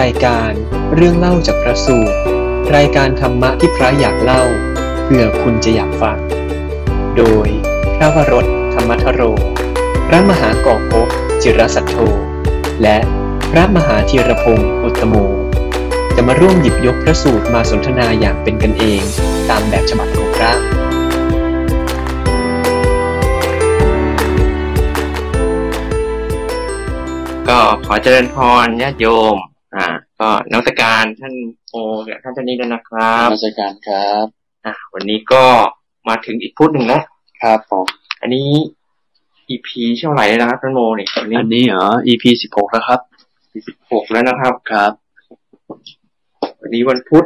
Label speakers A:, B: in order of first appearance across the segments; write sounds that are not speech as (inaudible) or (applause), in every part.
A: รายการเรื่องเล่าจากพระสูตร รายการธรรมะที่พระอยากเล่าเผื่อคุณจะอยากฟัง โดยพระวรถธรรมทโร พระมหากอกภพจิรสัทโธ และพระมหาธีรพงศ์อุตตโม จะมาร่วมหยิบยกพระสูตรมาสนทนาอย่างเป็นกันเอง ตามแบบฉบับของพระ
B: ก็ขอเจริญพรญาติโยม อ่า ก็นมักการท่านโอและท่านเจ้านี้แล้วยนะครั
C: ครับ บราชการครับ
B: อ่า วันนี้ก็มาถึงอีกพุธหนึ่งแล้ว
C: ครับผม
B: อันนี้ EP เท่าไหร่แล้วนะครับท่านโมเนี่ยตอนนี้
C: อันนี้เหรอ EP สิบหกแล้วครับ
B: หกแล้วนะครับ
C: ครับ
B: วันนี้วันพุธ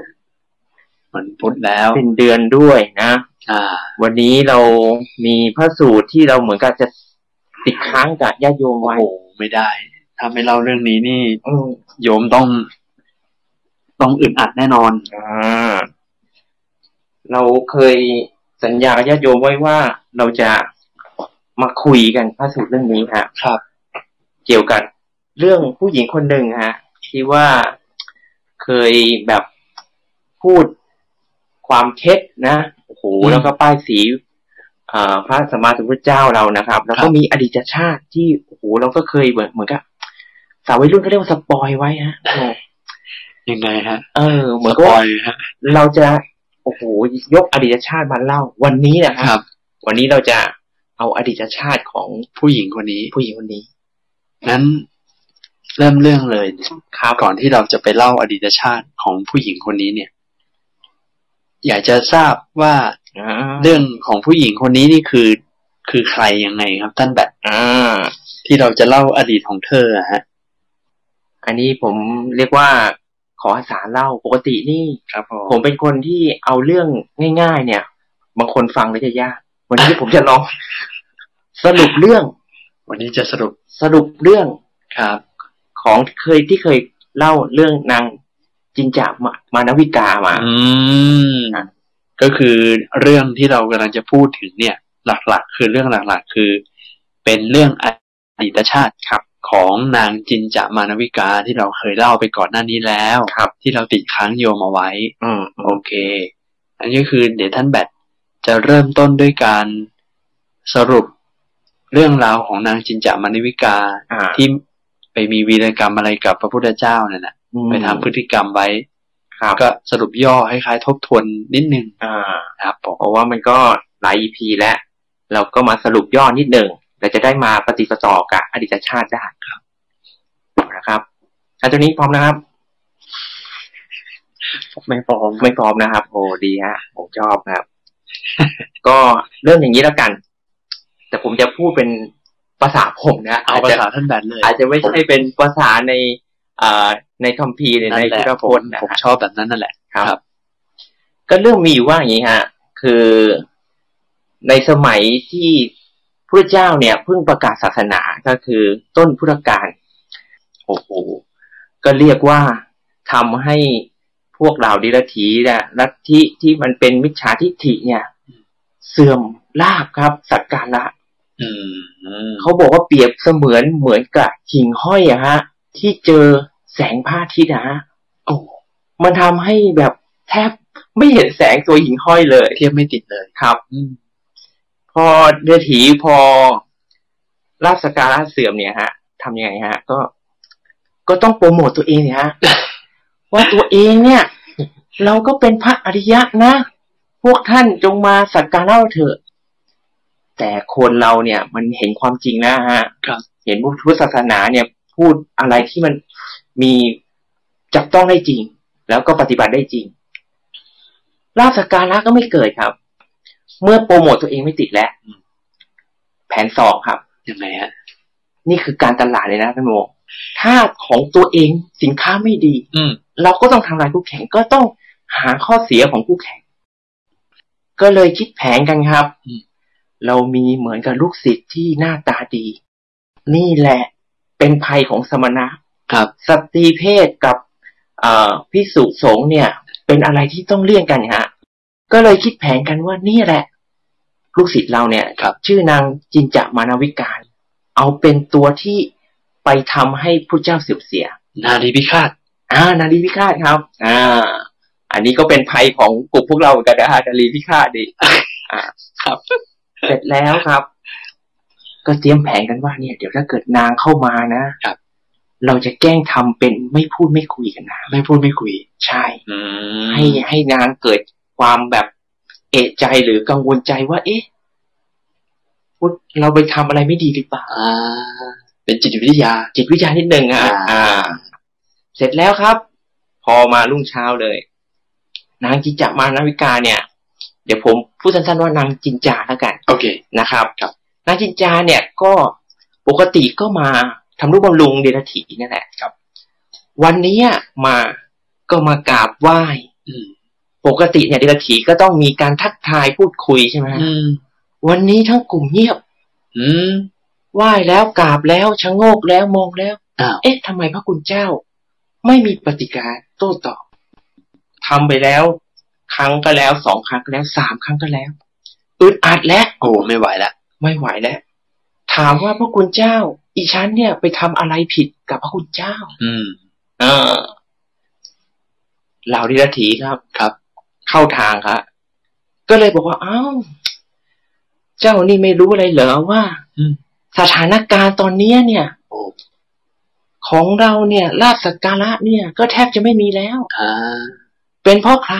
C: มันพุธแล้ว
B: เป็นเดือนด้วยนะ
C: อ่า
B: วันนี้เรามีพระสูตรที่เราเหมือนกับจะติดค้างกับญาติโยม
C: โอ้
B: ไว้
C: โหไม่ได้ ถ้าไม่เล่าเรื่องนี้นี่
B: อืม
C: โยมต้อง ต้องอึดอัดแน่นอน
B: อ่า เราเคยสัญญากับญาติโยมไว้ว่าเราจะมาคุยกันพระสูตรเรื่องนี้ครับ
C: ครับ
B: เกี่ยวกับเรื่องผู้หญิงคนหนึ่งฮะ ที่ว่าเคยแบบพูดความเท็จนะโอ้โห
C: อืม
B: แล้วก็ป้ายสีเอ่อพระสัมมาสัมพุทธเจ้าเรานะครับ แล้ว
C: ค
B: ก็
C: รับ
B: มีอดีตชาติที่โอ้โหเราก็เคยเหมือนเหมือนกับสาววัยรุ่นเขาเรียกว่าสปอยไว้ฮะ
C: ยังไงฮะ
B: เออ เหมือน
C: ส
B: กับ
C: ปอ
B: ว่าย
C: ฮะ
B: เราจะโอ้โหยกอดีตชาติมาเล่า วันนี้นะค
C: ครับ รับ
B: วันนี้เราจะเอาอดีตชาติของ
C: ผู้หญิงคนนี้
B: ผู้หญิงคนนี้
C: นั้น เริ่มเรื่องเลยเนี่ย
B: ครับ
C: ก่อนที่เราจะไปเล่าอดีตชาติของผู้หญิงคนนี้เนี่ย อยากจะทราบว่าเรื่องของผู้หญิงคนนี้นี่คือ คือใครยังไงครับท่านแบบ
B: อ่า
C: ที่เราจะเล่าอดีตของเธออะฮะ
B: อันนี้ผมเรียกว่าขออาสาเล่าปกตินี่
C: ครับผ
B: ผมเป็นคนที่เอาเรื่องง่าย ๆ เนี่ย บางคนฟังแล้วจะยาก วันนี้ผมจะลอง สรุปเรื่อง
C: วันนี้จะสรุป
B: สรุปเรื่อง
C: ครับ
B: ของเคยที่เคยเล่าเรื่องนางจินจามะมานวิกามา
C: อืมก็คือเรื่องที่เรากำลังจะพูดถึงเนี่ย หลักๆ คือเรื่องหลักๆ คือ เป็นเรื่องอดีตชาติครับ ของนางจินจามานวิกาที่เราเคยเล่าไปก่อนหน้านี้แล้ว
B: ครับ
C: ที่เราติดค้างโยมเอาไว้
B: อืม
C: โอเค อันนี้ก็คือเดี๋ยวท่านแบทจะเริ่มต้นด้วยการสรุปเรื่องราวของนางจินจามานวิกา
B: อ่า
C: ที่ไปมีวีรกรรมอะไรกับพระพุทธเจ้านั่นนะ
B: อืม
C: ไปทำพฤติกรรมไว้
B: ครับ
C: ก็สรุปย่อให้คล้ายๆทบทวนนิดนึง
B: อ่า
C: นะครับผม
B: เพราะว่ามันก็หลาย EP แล้ว เราก็มาสรุปย่อนิดหนึ่งแต่จะได้มาปฏิปต่อกับอดีตชาติได้ครับนะครับอาจารย์นี้พร้อมนะครับ ไม่พร้อมไม่พร้อมนะครับโอ้ดีฮะผมชอบครับ (laughs) ก็เริ่มอย่างนี้แล้วกัน แต่ผมจะพูดเป็นภาษาผมนะ
C: เอา
B: อาจ
C: ภา
B: จะ
C: ษาท่านแบนเลย
B: อาจจะไม่ใช่เป็นภาษาในเอ่อในคัมภีร์หรือ
C: นั่
B: ใน
C: น
B: พุ
C: แหละ
B: ทธพ
C: ผ
B: จ
C: ม
B: น์นะ
C: ผม
B: ฮะ
C: ชอบแบบนั้นนั่นแหละ
B: ครับ
C: ครับ
B: ก็เรื่องมีอยู่ว่าอย่างนี้ฮะ คือในสมัยที่พระเจ้าเนี่ยเพิ่งประกาศศาสนาก็คือต้นพุทธกาลโอ้โหก็เรียกว่าทำให้พวกเราดิลทีเนี่ยลัทธิที่มันเป็นมิจฉาทิฏฐิเนี่ย เสื่อมลาบครับ สักการละ
C: อืม
B: เขาบอกว่าเปรียบเสมือนเหมือนกับหิ่งห้อยอะฮะ ที่เจอแสงพระอาทิตย์นะฮะ
C: โอ้
B: มันทำให้แบบแทบไม่เห็นแสงตัวหิ่งห้อยเลย
C: เทียบไม่ติดเลย
B: ครับ
C: อืม
B: พอเดือดถีพอราชสการราชเสื่อมเนี่ยฮะทำยังไงฮะ ก็ ก็ต้องโปรโมทตัวเองเนี่ย
C: (laughs)
B: ฮะ ว่าตัวเองเนี่ย เราก็เป็นพระอริยะนะ พวกท่านจงมาสักการะเราเถอะ แต่คนเราเนี่ย มันเห็นความจริงนะฮะ
C: ครับ
B: เห็นพุทธศาสนาเนี่ย พูดอะไรที่มันมีจับต้องได้จริง แล้วก็ปฏิบัติได้จริงลาบสกการะก็ไม่เกิดครับ เมื่อโปรโมทตัวเองไม่ติดแล้ว แผนสองครับ
C: ยังไงฮะ
B: นี่คือการตลาดเลยนะท่านโมถ้าของตัวเองสินค้าไม่ดี
C: อืม
B: เราก็ต้องทำลายคู่แข่งก็ต้องหาข้อเสียของคู่แข่ง ก็เลยคิดแผนกันครับ
C: อืม
B: เรามีเหมือนกับลูกศิษย์ที่หน้าตาดี นี่แหละเป็นภัยของสมณะ
C: ครับ
B: สตรีเพศกับเอ่อพิสุสงฆ์เนี่ย เป็นอะไรที่ต้องเลี่ยงกันฮะ ก็เลยคิดแผนกันว่านี่แหละ ลูกศิษย์เราเนี่ย
C: ครับ
B: ชื่อนางจินจะมานาวิการ เอาเป็นตัวที่ไปทำให้พระเจ้าเสื่อมเสีย
C: นาดีพิฆาต
B: อ่า นารีพิฆาตครับ อ่า อันนี้ก็เป็นภัยของกลุ่มพวกเราเหมือนกันนะฮะนารีพิฆาตดิอ่า
C: ครับ
B: เสร็จแล้วครับ ก็เตรียมแผนกันว่าเนี่ย เดี๋ยวถ้าเกิดนางเข้ามานะครับ เราจะแกล้งทำเป็นไม่พูดไม่คุยกันนะ
C: ไม่พูดไม่คุย
B: ใช่
C: อืม
B: ให้ให้นางเกิดความแบบเอะใจหรือกังวลใจว่า เอ๊ะพุทธเราไปทำอะไรไม่ดีหรือเปล่า
C: อ่า เป็นจิตวิทยา
B: จิตวิทยานิดนึงอ่ะ
C: อ่า
B: อ่า เสร็จแล้วครับ พอมารุ่งเช้าเลย นางจินจามานาวิกาเนี่ย เดี๋ยวผมพูดสั้นๆว่านางจินจาแล้วกัน
C: โอเค
B: นะครับ
C: ครับ
B: นางจินจาเนี่ยก็ปกติก็มาทำรูปบำรุงเดรถีนี่แหละครับ วันนี้มาก็มากราบไหว้
C: อืม
B: ปกติเนี่ยเดรถีก็ต้องมีการทักทายพูดคุยใช่ไหมฮะ
C: อืม
B: วันนี้ทั้งกลุ่มเงียบ
C: อืม
B: ไหว้แล้วกราบแล้วชะโงกแล้วมองแล้ว
C: อ้าว
B: เอ๊ะทำไมพระคุณเจ้า ไม่มีปฏิการโต้ตอบทำไปแล้ว ครั้งก็แล้วสองครั้งก็แล้วสามครั้งก็แล้วอึดอัดแล้ว
C: โอ้ไม่ไหวละ
B: ไม่ไหวแล้ว ถามว่าพระคุณเจ้า อีฉันเนี่ยไปทำอะไรผิดกับพระคุณเจ้า
C: อืม
B: เออเหล่าดิรถีครับ
C: ครับ
B: เข้าทางครับก็เลยบอกว่า เอ้า เจ้านี่ไม่รู้อะไรเหรอว่า
C: อืม
B: สถานการณ์ตอนเนี้ยเนี่ย
C: โอ้
B: ของเราเนี่ยลาบสักการะเนี่ย ก็แทบจะไม่มีแล้ว
C: อ่า
B: เป็นเพราะใคร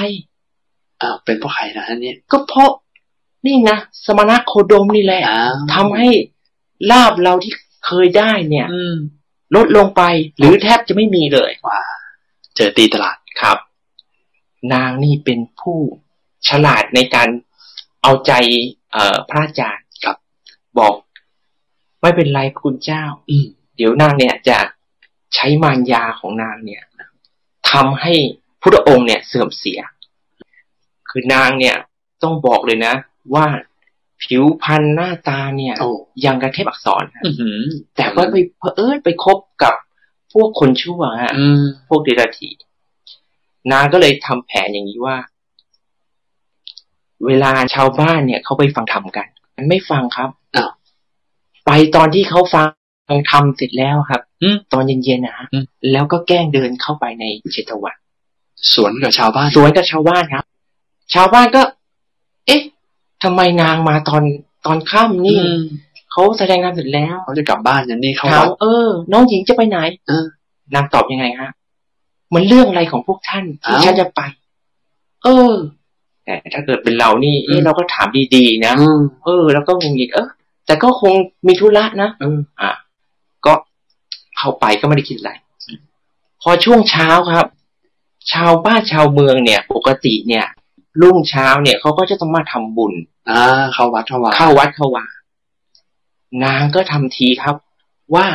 C: อ้าวเป็นเพราะใครนะฮะเนี่ย
B: ก็เพราะ นี่นะสมณะโคดมนี่แหละ
C: อ้าว
B: ทำให้ลาบเราที่เคยได้เนี่ย
C: อืม
B: ลดลงไปหรือแทบจะไม่มีเลย
C: ว่าเจอตีตลาด
B: ครับ นางนี่เป็นผู้ฉลาดในการเอาใจเอ่อพระอาจารย์
C: ครับ
B: บอก ไม่เป็นไรคุณเจ้า
C: อืม
B: เดี๋ยวนางเนี่ยจะใช้มารยาของนางเนี่ยทำให้พุทธองค์เนี่ยเสื่อมเสีย คือนางเนี่ยต้องบอกเลยนะ ว่าผิวพรรณหน้าตาเนี่ย
C: โอ้
B: ยังกระเทพอักษร
C: อือหือ
B: แต่ว่าไปเผอิญไปคบกับพวกคนชั่วฮะ
C: อืม
B: พวกเดรัจฉีนางก็เลยทำแผนอย่างนี้ว่า เวลาชาวบ้านเนี่ยเขาไปฟังธรรมกันมันไม่ฟังครับ
C: อ้าว
B: ไปตอนที่เขาฟังธรรมเสร็จแล้วครับ
C: อืม
B: ตอนเย็นๆนะฮะ
C: อืม
B: แล้วก็แกล้งเดินเข้าไปในเชตวัน
C: สวนกับชาวบ้าน
B: สวนกับชาวบ้านครับ ชาวบ้านก็ เอ๊ะทำไมนางมาตอนตอนค่ำนี่
C: อืม
B: เขาแสดงงานเสร็จแล้ว
C: เขาจะกลับบ้านนันนี่เขา
B: ถา
C: วั
B: ม
C: ด
B: เออ น้องหญิงจะไปไหน
C: เออน
B: างตอบยังไงฮะมันเรื่องอะไรของพวกท่านที่
C: เอ้า
B: ฉันจะไป เออ แต่ถ้าเกิดเป็นเรานี่เอ๊ะ
C: อืม
B: เราก็ถามดีๆนะ
C: อืม
B: เออ แล้วก็งงอีกเออแต่ก็คงมีธุระนะ
C: เออ
B: อ่ะก็เข้าไปก็ไม่ได้คิดอะไรพอช่วงเช้าครับ ชาวบ้านชาวเมืองเนี่ย ปกติเนี่ย รุ่งเช้าเนี่ยเขาก็จะต้องมาทำบุญ
C: อ่าเข้าวัดเข้าวัด
B: เข้าวัดเข้าวานางก็ทำทีครับว่า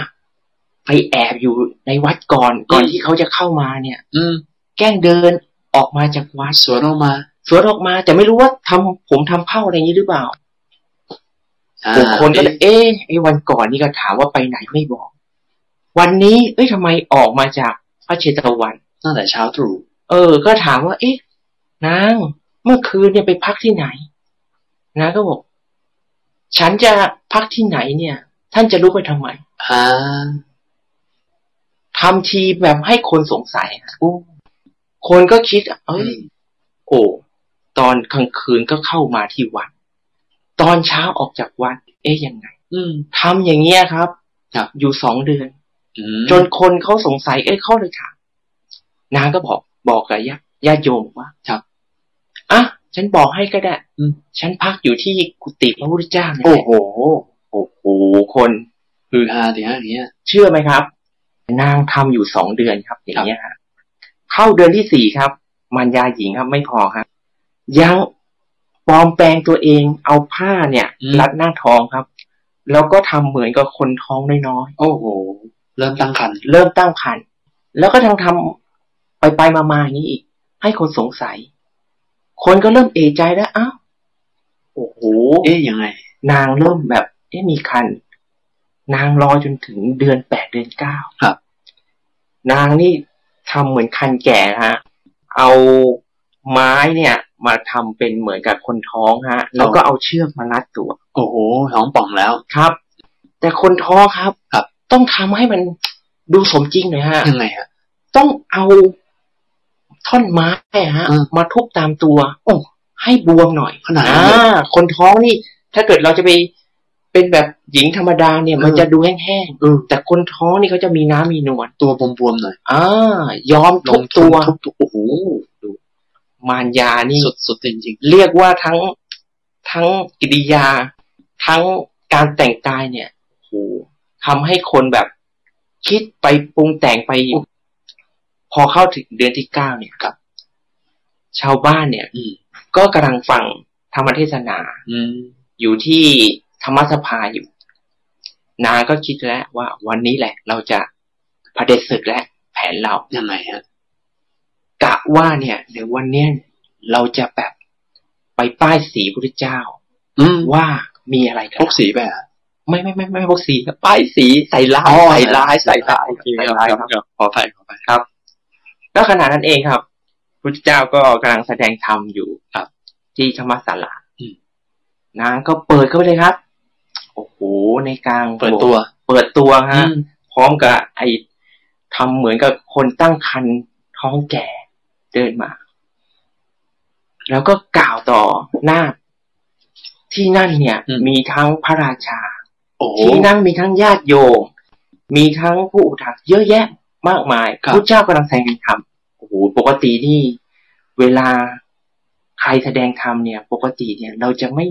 B: ไปแอบอยู่ในวัดก่อนก่อนที่เขาจะเข้ามาเนี่ย
C: อืม
B: แกล้งเดินออกมาจากวัด
C: สวนออกมา
B: สวนออกมา แต่ไม่รู้ว่าทำผมทำเผ้าอะไรอย่างนี้หรือเปล่า
C: อ่า
B: บุคคลก็เลยเอ๊ะไอ้วันก่อนนี่ก็ถามว่าไปไหนไม่บอก วันนี้ เอ้ยทำไมออกมาจากพระเชตวัน
C: ตั้งแต่เช้าตรู่
B: เออ ก็ถามว่า เอ๊ะ นาง เมื่อคืนเนี่ยไปพักที่ไหน นางก็บอก ฉันจะพักที่ไหนเนี่ย ท่านจะรู้ไปทำไม
C: อ่า
B: ทำทีแบบให้คนสงสัยอะ
C: โอ้
B: คนก็คิด เอ้ย
C: อืม
B: โอ้ ตอนกลางคืนก็เข้ามาที่วัด ตอนเช้าออกจากวัด เอ๊ะยังไง
C: อืม
B: ทำอย่างเงี้ยครับ
C: ครับ
B: อยู่สองเดือน
C: อืม
B: จนคนเขาสงสัย เอ้ยเขาเลยถาม นางก็บอกบอกกับญาติญาติโยมว่า
C: ครับ
B: อ่ะฉันบอกให้ก็ได้
C: อืม
B: ฉันพักอยู่ที่กุฏิพระพุทธเจ้าเนี่ย
C: โอ้
B: แหละ
C: โห
B: โอ้โห คน
C: คือฮาดีฮะอย่างเงี้ย
B: เชื่อไหมครับ นางทำอยู่สองเดือนครับ อย่างเงี้ยฮะเข้าเดือนที่สี่ครับ มันยาหญิงครับไม่พอครับ ยังปลอมแปลงตัวเองเอาผ้าเนี่ย
C: อืม
B: รัดหน้าท้องครับ แล้วก็ทำเหมือนกับคนท้องน้อย
C: โอ้โห เริ่มตั้งครรภ์
B: ๆเริ่มตั้งครรภ์แล้วก็ทั้งทำไปไปๆมาๆอย่างนี้อีก ให้คนสงสัย คนก็เริ่มเอะใจแล้วอ้าวโอ้โห
C: เอ๊ยยังไง
B: นางเริ่มแบบเอ๊ะมีคัน นางรอจนถึงเดือนแปดเดือนเก้า
C: ครับ
B: นางนี่ทำเหมือนคันแก่นะฮะ เอาไม้เนี่ย มาทำเป็นเหมือนกับคนท้องฮะ แล้วก็เอาเชือกมารัดตัว
C: โอ้โหท้องป่องแล้ว
B: ครับ แต่คนท้องครับ
C: ครับ
B: ต้องทำให้มันดูสมจริงหน่อยฮะ
C: ยังไงฮะ
B: ต้องเอาท่อนไม้อะฮะ
C: อืม
B: มาทุบตามตัว โอ้ให้บวมหน่อย
C: ขนาดนั้
B: อ่าน
C: เลย
B: คนท้องนี่ ถ้าเกิดเราจะไปเป็นแบบหญิงธรรมดาเนี่ย มัน
C: อืม
B: จะดูแห้ง
C: เออ
B: ๆแต่คนท้องนี่เขาจะมีน้ำมีนวล
C: ตัวบวมๆหน่อย
B: อ่ายอมทุบตัว
C: ทุบตัวโอ้โหดู
B: มารยานี่
C: สุดสุดจริง
B: เรียกว่าทั้งทั้งกิริยา ทั้งการแต่งกายเนี่ยโอ้โหทำให้คนแบบคิดไปปรุงแต่งไป พอเข้าถึงเดือนที่เก้าเนี่ยครับ ชาวบ้านเนี่ย
C: ๆอืม
B: ก็กำลังฟังธรรมเทศนา
C: อืม
B: อยู่ที่ธรรมสภาอยู่ นางก็คิดแล้วว่าวันนี้แหละ เราจะพระเดชศึกและแผนเรา
C: ยังไงฮะ
B: กะว่าเนี่ยเดี๋ยววันเนี้ยเราจะแบบไปป้ายสีพระเจ้า
C: อืม
B: ว่ามีอะไรกัน
C: พกสีไปอ่ะ
B: ไม่ไม่ไม่ไม่พวกสีครับป้ายสีใส่ร้ายใส่ร้ายใส่ร้าย
C: โอเค
B: ใส่
C: ครับ
B: ร้าย
C: ครับ
B: ครับ
C: ครับขอไปขอไป
B: แล้วขณะนั้นเองครับพระเจ้าก็กำลังแสดงธรรมอยู่
C: ครับ
B: ที่ธรรมศาลา
C: อืม
B: นางก็เปิดเข้าไปเลยครับ โอ้โหในกลาง
C: เปิดตัว
B: เปิดตัวฮะ
C: อืม
B: พร้อมกับไอ้ทำเหมือนกับคนตั้งครรภ์ท้องแก่เดินมา แล้วก็กล่าวต่อหน้าคที่นั่นเนี่ย มีทั้งพระราชา
C: โอ้โห
B: ที่นั่งมีทั้งญาติโยม มีทั้งผู้อุทักเยอะแยะมากมาย
C: ครับ
B: พระเจ้ากำลังแสดงธรรมโอ้โหปกตินี่ เวลาใครแสดงธรรมเนี่ย ปกติเนี่ย เราจะไม่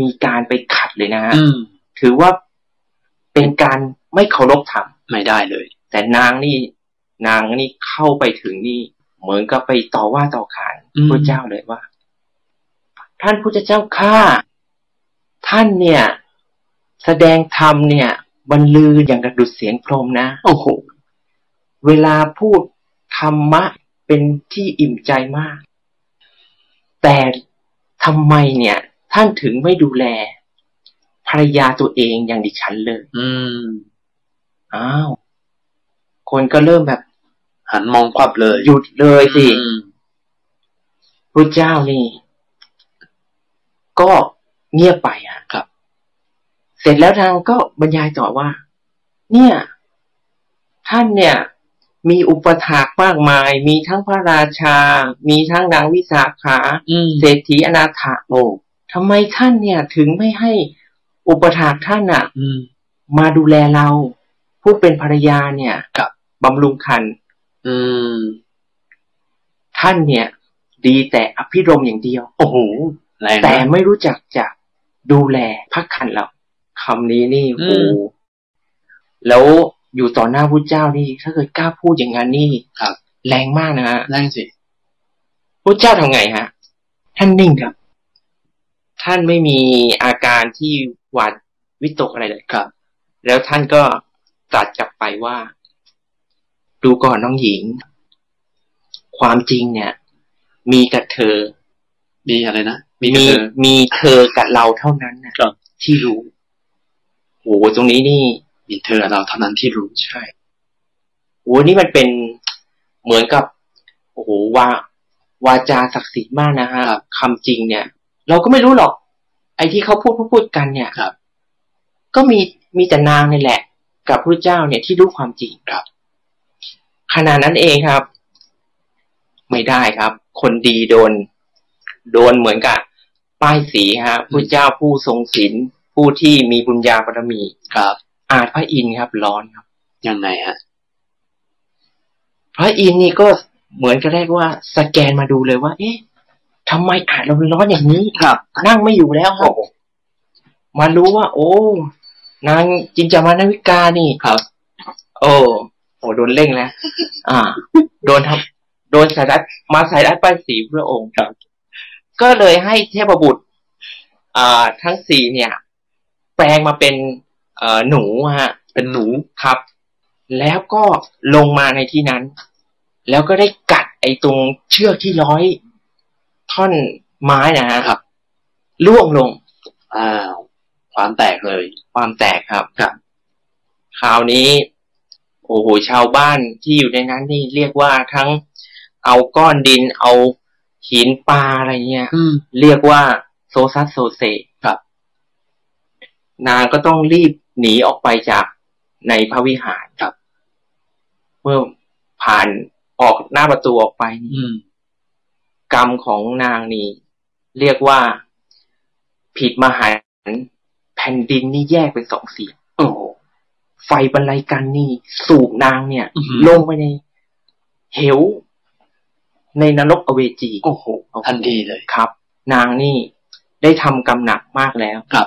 B: มีการไปขัดเลยนะฮะ
C: อืม
B: ถือว่าเป็นการไม่เคารพธรรม
C: ไม่ได้เลย
B: แต่นางนี่ นางนี่เข้าไปถึงนี่ เหมือนกับไปต่อว่าต่อขานพระเจ้าเลยว่า ท่านพุทธเจ้าข้าท่านเนี่ย แสดงธรรมเนี่ยบรรลืออย่างกระดุดเสียงพรหมนะ
C: โอ้โห
B: เวลาพูดธรรมะเป็นที่อิ่มใจมาก แต่ทำไมเนี่ย ท่านถึงไม่ดูแล ภรรยาตัวเองอย่างดิฉันเลย
C: อืม
B: อ้าว คนก็เริ่มแบบ
C: หันมองควับเลย
B: หยุดเลยสิ
C: อืม
B: พระเจ้านี่ ก็เงียบไปอ่ะ
C: ครับ
B: เสร็จแล้วนางก็บรรยายต่อว่า เนี่ย ท่านเนี่ย มีอุปถากมากมาย มีทั้งพระราชา มีทั้งนางวิสาขา
C: อืม
B: เศรษฐีอนาถาโอทำไมท่านเนี่ย ถึงไม่ให้อุปถากท่านอะ
C: อืม
B: มาดูแลเรา ผู้เป็นภรรยาเนี่ย
C: ครับ
B: บำรุงคัน
C: อืม
B: ท่านเนี่ย ดีแต่อภิรมย์อย่างเดียว
C: โอ้โหแรงนะ
B: แต่ไม่รู้จักจะดูแลพักขันเราคำนี้นี่
C: อืม
B: โอ้แล้วอยู่ต่อหน้าพระเจ้านี่ ถ้าเกิดกล้าพูดอย่างนั้นนี่
C: ครับ
B: แรงมากนะฮะ
C: แรงสิ
B: พระเจ้าทำไงฮะ ท่านนิ่งครับ ท่านไม่มีอาการที่หวาดวิตกอะไรเลย
C: ครับ
B: แล้วท่านก็ตรัดกลับไปว่า ดูก่อนน้องหญิง ความจริงเนี่ย มีกับเธอ
C: มีอะไรนะมี
B: มี
C: เออ
B: มีเธอกับเราเท่านั้นนะครับ ที่รู้โอ้โหตรงนี้นี่
C: มีเธอเราเท่านั้นที่รู้
B: ใช่โอ้โหนี่มันเป็นเหมือนกับ โอ้โหวาวาจาศักดิ์สิทธิ์มากนะฮะคำจริงเนี่ย เราก็ไม่รู้หรอก ไอ้ที่เขาพูดพูดพูดกันเนี่ย
C: ครับ
B: ก็มีมีแต่นางนี่แหละ กับพระเจ้าเนี่ยที่รู้ความจริง
C: ครับ
B: ขณะนั้นเองครับ ไม่ได้ครับ คนดีโดน โดนเหมือนกับป้ายสีฮะพระเจ้าผู้ทรงศีลผู้ที่มีบุญญาบารมี
C: ครับ
B: อาจพระอินทร์ครับ ร้อนครับ
C: ยังไงฮะ
B: พระอินทร์นี่ก็เหมือนกับแรกว่า สแกนมาดูเลยว่า เอ๊ะทำไมอาจเราร้อนอย่างนี้
C: ครับ
B: นั่งไม่อยู่แล้วครับมารู้ว่า โอ้ นางจินจามานาวิกานี่
C: ครับ
B: โอ้โหโดนเร่งแล้ว อ่า โดนทับโดนสายรัดมาสายรัดป้ายสีพระองค์
C: ครับ
B: ก็เลยให้เทพบุตร อ่า ทั้งสี่เนี่ย แปลงมาเป็น เอ่อหนูฮะ
C: เป็นหนู
B: ครับ แล้วก็ลงมาในที่นั้น แล้วก็ได้กัดไอ้ตรงเชือกที่ร้อยท่อนไม้นะฮะ
C: ครับ
B: ล่วงลง
C: อ้าวความแตกเลย
B: ความแตกครับ
C: ครับ
B: คราวนี้ โอ้โหชาวบ้านที่อยู่ในนั้นนี่เรียกว่าทั้งเอาก้อนดิน เอาหินปลาอะไรเงี้ย
C: อืม
B: เรียกว่าโซซัสโซเซ
C: ครับ
B: นางก็ต้องรีบหนีออกไปจากในพระวิหาร
C: ครับ
B: เมื่อผ่าน ออกหน้าประตูออกไปนี่
C: อืม
B: กรรมของนางนี่เรียกว่าผิดมหันต์แผ่นดินนี่แยกเป็นสองเสียง
C: โอ้โห
B: ไฟบรรลัยกันนี่สูบนางเนี่ย
C: อื้อหือ
B: ลงไปในเหว ในนรกอเวจี
C: โอ้โหทันทีเลย
B: ครับ นางนี่ได้ทำกรรมหนักมากแล้ว
C: ครับ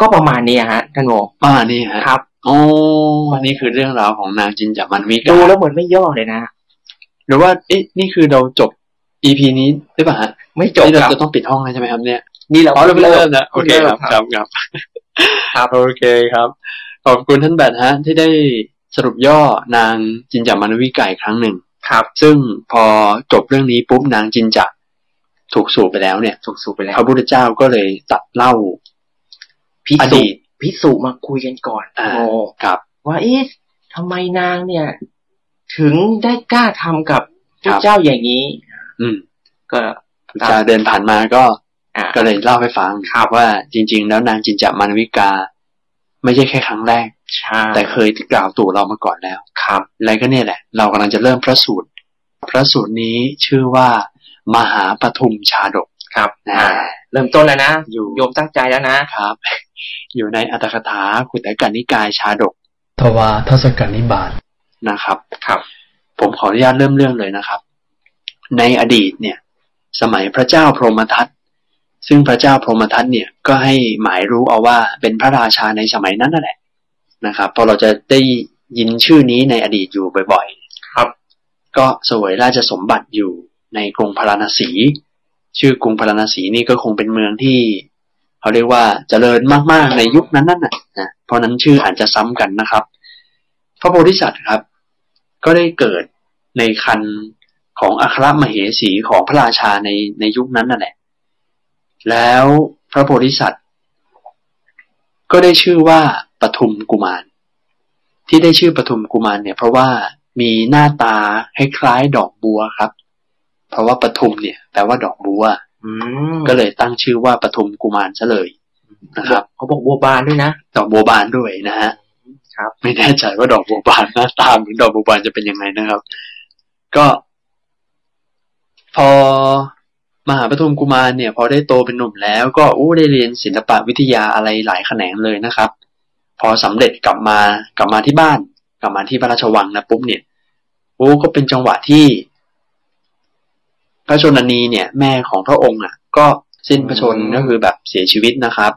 B: ก็ประมาณนี้ฮะท่านโม
C: ป้านี่ฮะ
B: ครับ
C: โอ้อันนี้คือเรื่องราวของนางจินจามันวิกา
B: ดูแล้วเหมือนไม่ย่อเลยนะ
C: หรือว่าเอ๊ะนี่คือเราจบ EP นี้หรือเปล่าฮะ
B: ไม่จบ
C: นี่
B: ครับ
C: เราจะต้องปิดห้องแล้วใช่ไหมครับเนี่ย
B: นี่เรา
C: อ๋อเราไม่เริ่มนะโอ
B: พิ่ง
C: เคครับค
B: ริ่ม
C: รับครับครับโอเคครับ ขอบคุณท่านแบทฮะ ที่ได้สรุปย่อนางจินจามานวิกาอีกครั้งหนึ่ง
B: ครับ
C: ซึ่งพอจบเรื่องนี้ปุ๊บนางจินจะถูกสูบไปแล้วเนี่ย
B: ถูกสูบไปแล้
C: พ
B: ว
C: ระพุทธเจ้าก็เลยตัดเล่า
B: พิ
C: อ
B: สู
C: ดี
B: จ
C: ต
B: น์พิสูจน์มาคุยกันก่อน
C: อ่า
B: โม
C: ครับ
B: ว่าเอ๊ะทำไมนางเนี่ย ถึงได้กล้าทำกับพ
C: ครั
B: ระ
C: บ
B: เจ้าอย่างนี้
C: อืม
B: ก็
C: พระเจ้าเดินผ่านมาก็
B: อ่า
C: ก็เลยเล่าให้ฟังครับว่าจริง ๆ แล้วนางจินจามานวิกา ไม่ใช่แค่ครั้งแรก
B: ใช่
C: แต่เคยกล่าวตู่เรามาก่อนแล้ว
B: ครับ
C: และก็เนี่ยแหละ เรากำลังจะเริ่มพระสูตร พระสูตรนี้ชื่อว่า มหาปทุมชาดก
B: ครับ
C: นะ
B: อ่าเริ่มต้นแล้วนะ
C: อยู่
B: โยมตั้งใจแล้วนะ
C: ครับ อยู่ในอัตถกถาขุตกันนิกายชาดก
A: ทวาทศกัณนิบาต
C: นะครับ
B: ครับ
C: ผมขออนุญาตเริ่มเรื่องเลยนะครับ ในอดีตเนี่ย สมัยพระเจ้าพรหมทัตซึ่งพระเจ้าพรหมทัตเนี่ยก็ให้หมายรู้เอาว่าเป็นพระราชาในสมัยนั้นนั่นแหละนะครับเพอเราจะได้ยินชื่อนี้ในอดีตอยู่บ่อยๆ
B: ครับ
C: ก็เสวยราชสมบัติอยู่ในกรุงพาราณสี ชื่อกรุงพาราณสีนี่ก็คงเป็นเมืองที่เขาเรียกว่าเจริญมากๆในยุคนั้นนั่นน่ะนะเพราะนั้นชื่ออาจจะซ้ำกันนะครับ พระโพธิสัตว์ครับ ก็ได้เกิดในคันของอัครมเหสีของพระราชาในในยุคนั้นนั่นแหละ แล้วพระโพธิสัตว์ ก็ได้ชื่อว่าปทุมกุมาร ที่ได้ชื่อปทุมกุมารเนี่ย เพราะว่ามีหน้าตาคล้ายๆดอกบัวครับ เพราะว่าปทุมเนี่ยแปลว่าดอกบัว
B: อืม
C: ก็เลยตั้งชื่อว่าปทุมกุมารซะเลยนะครับ
B: เขาบอกบัวบานด้วยนะ
C: ดอกบัวบานด้วยนะฮะ
B: ครับ
C: ไม่แน่ใจว่าดอกบัวบานหน้าตาเหมือนดอกบัวบานจะเป็นยังไงนะครับ ก็ พอมหาปฐมกุมารเนี่ย พอได้โตเป็นหนุ่มแล้ว ก็อู้ได้เรียนศิลปะวิทยาอะไรหลายแขนงเลยนะครับ พอสำเร็จกลับมากลับมาที่บ้าน กลับมาที่พระราชวังนะปุ๊บเนี่ยโอ้ก็เป็นจังหวะที่ พระชนนีเนี่ย แม่ของพระองค์อ่ะ ก็สิ้นพระชน
B: อืม
C: ก็คือแบบเสียชีวิตนะครับ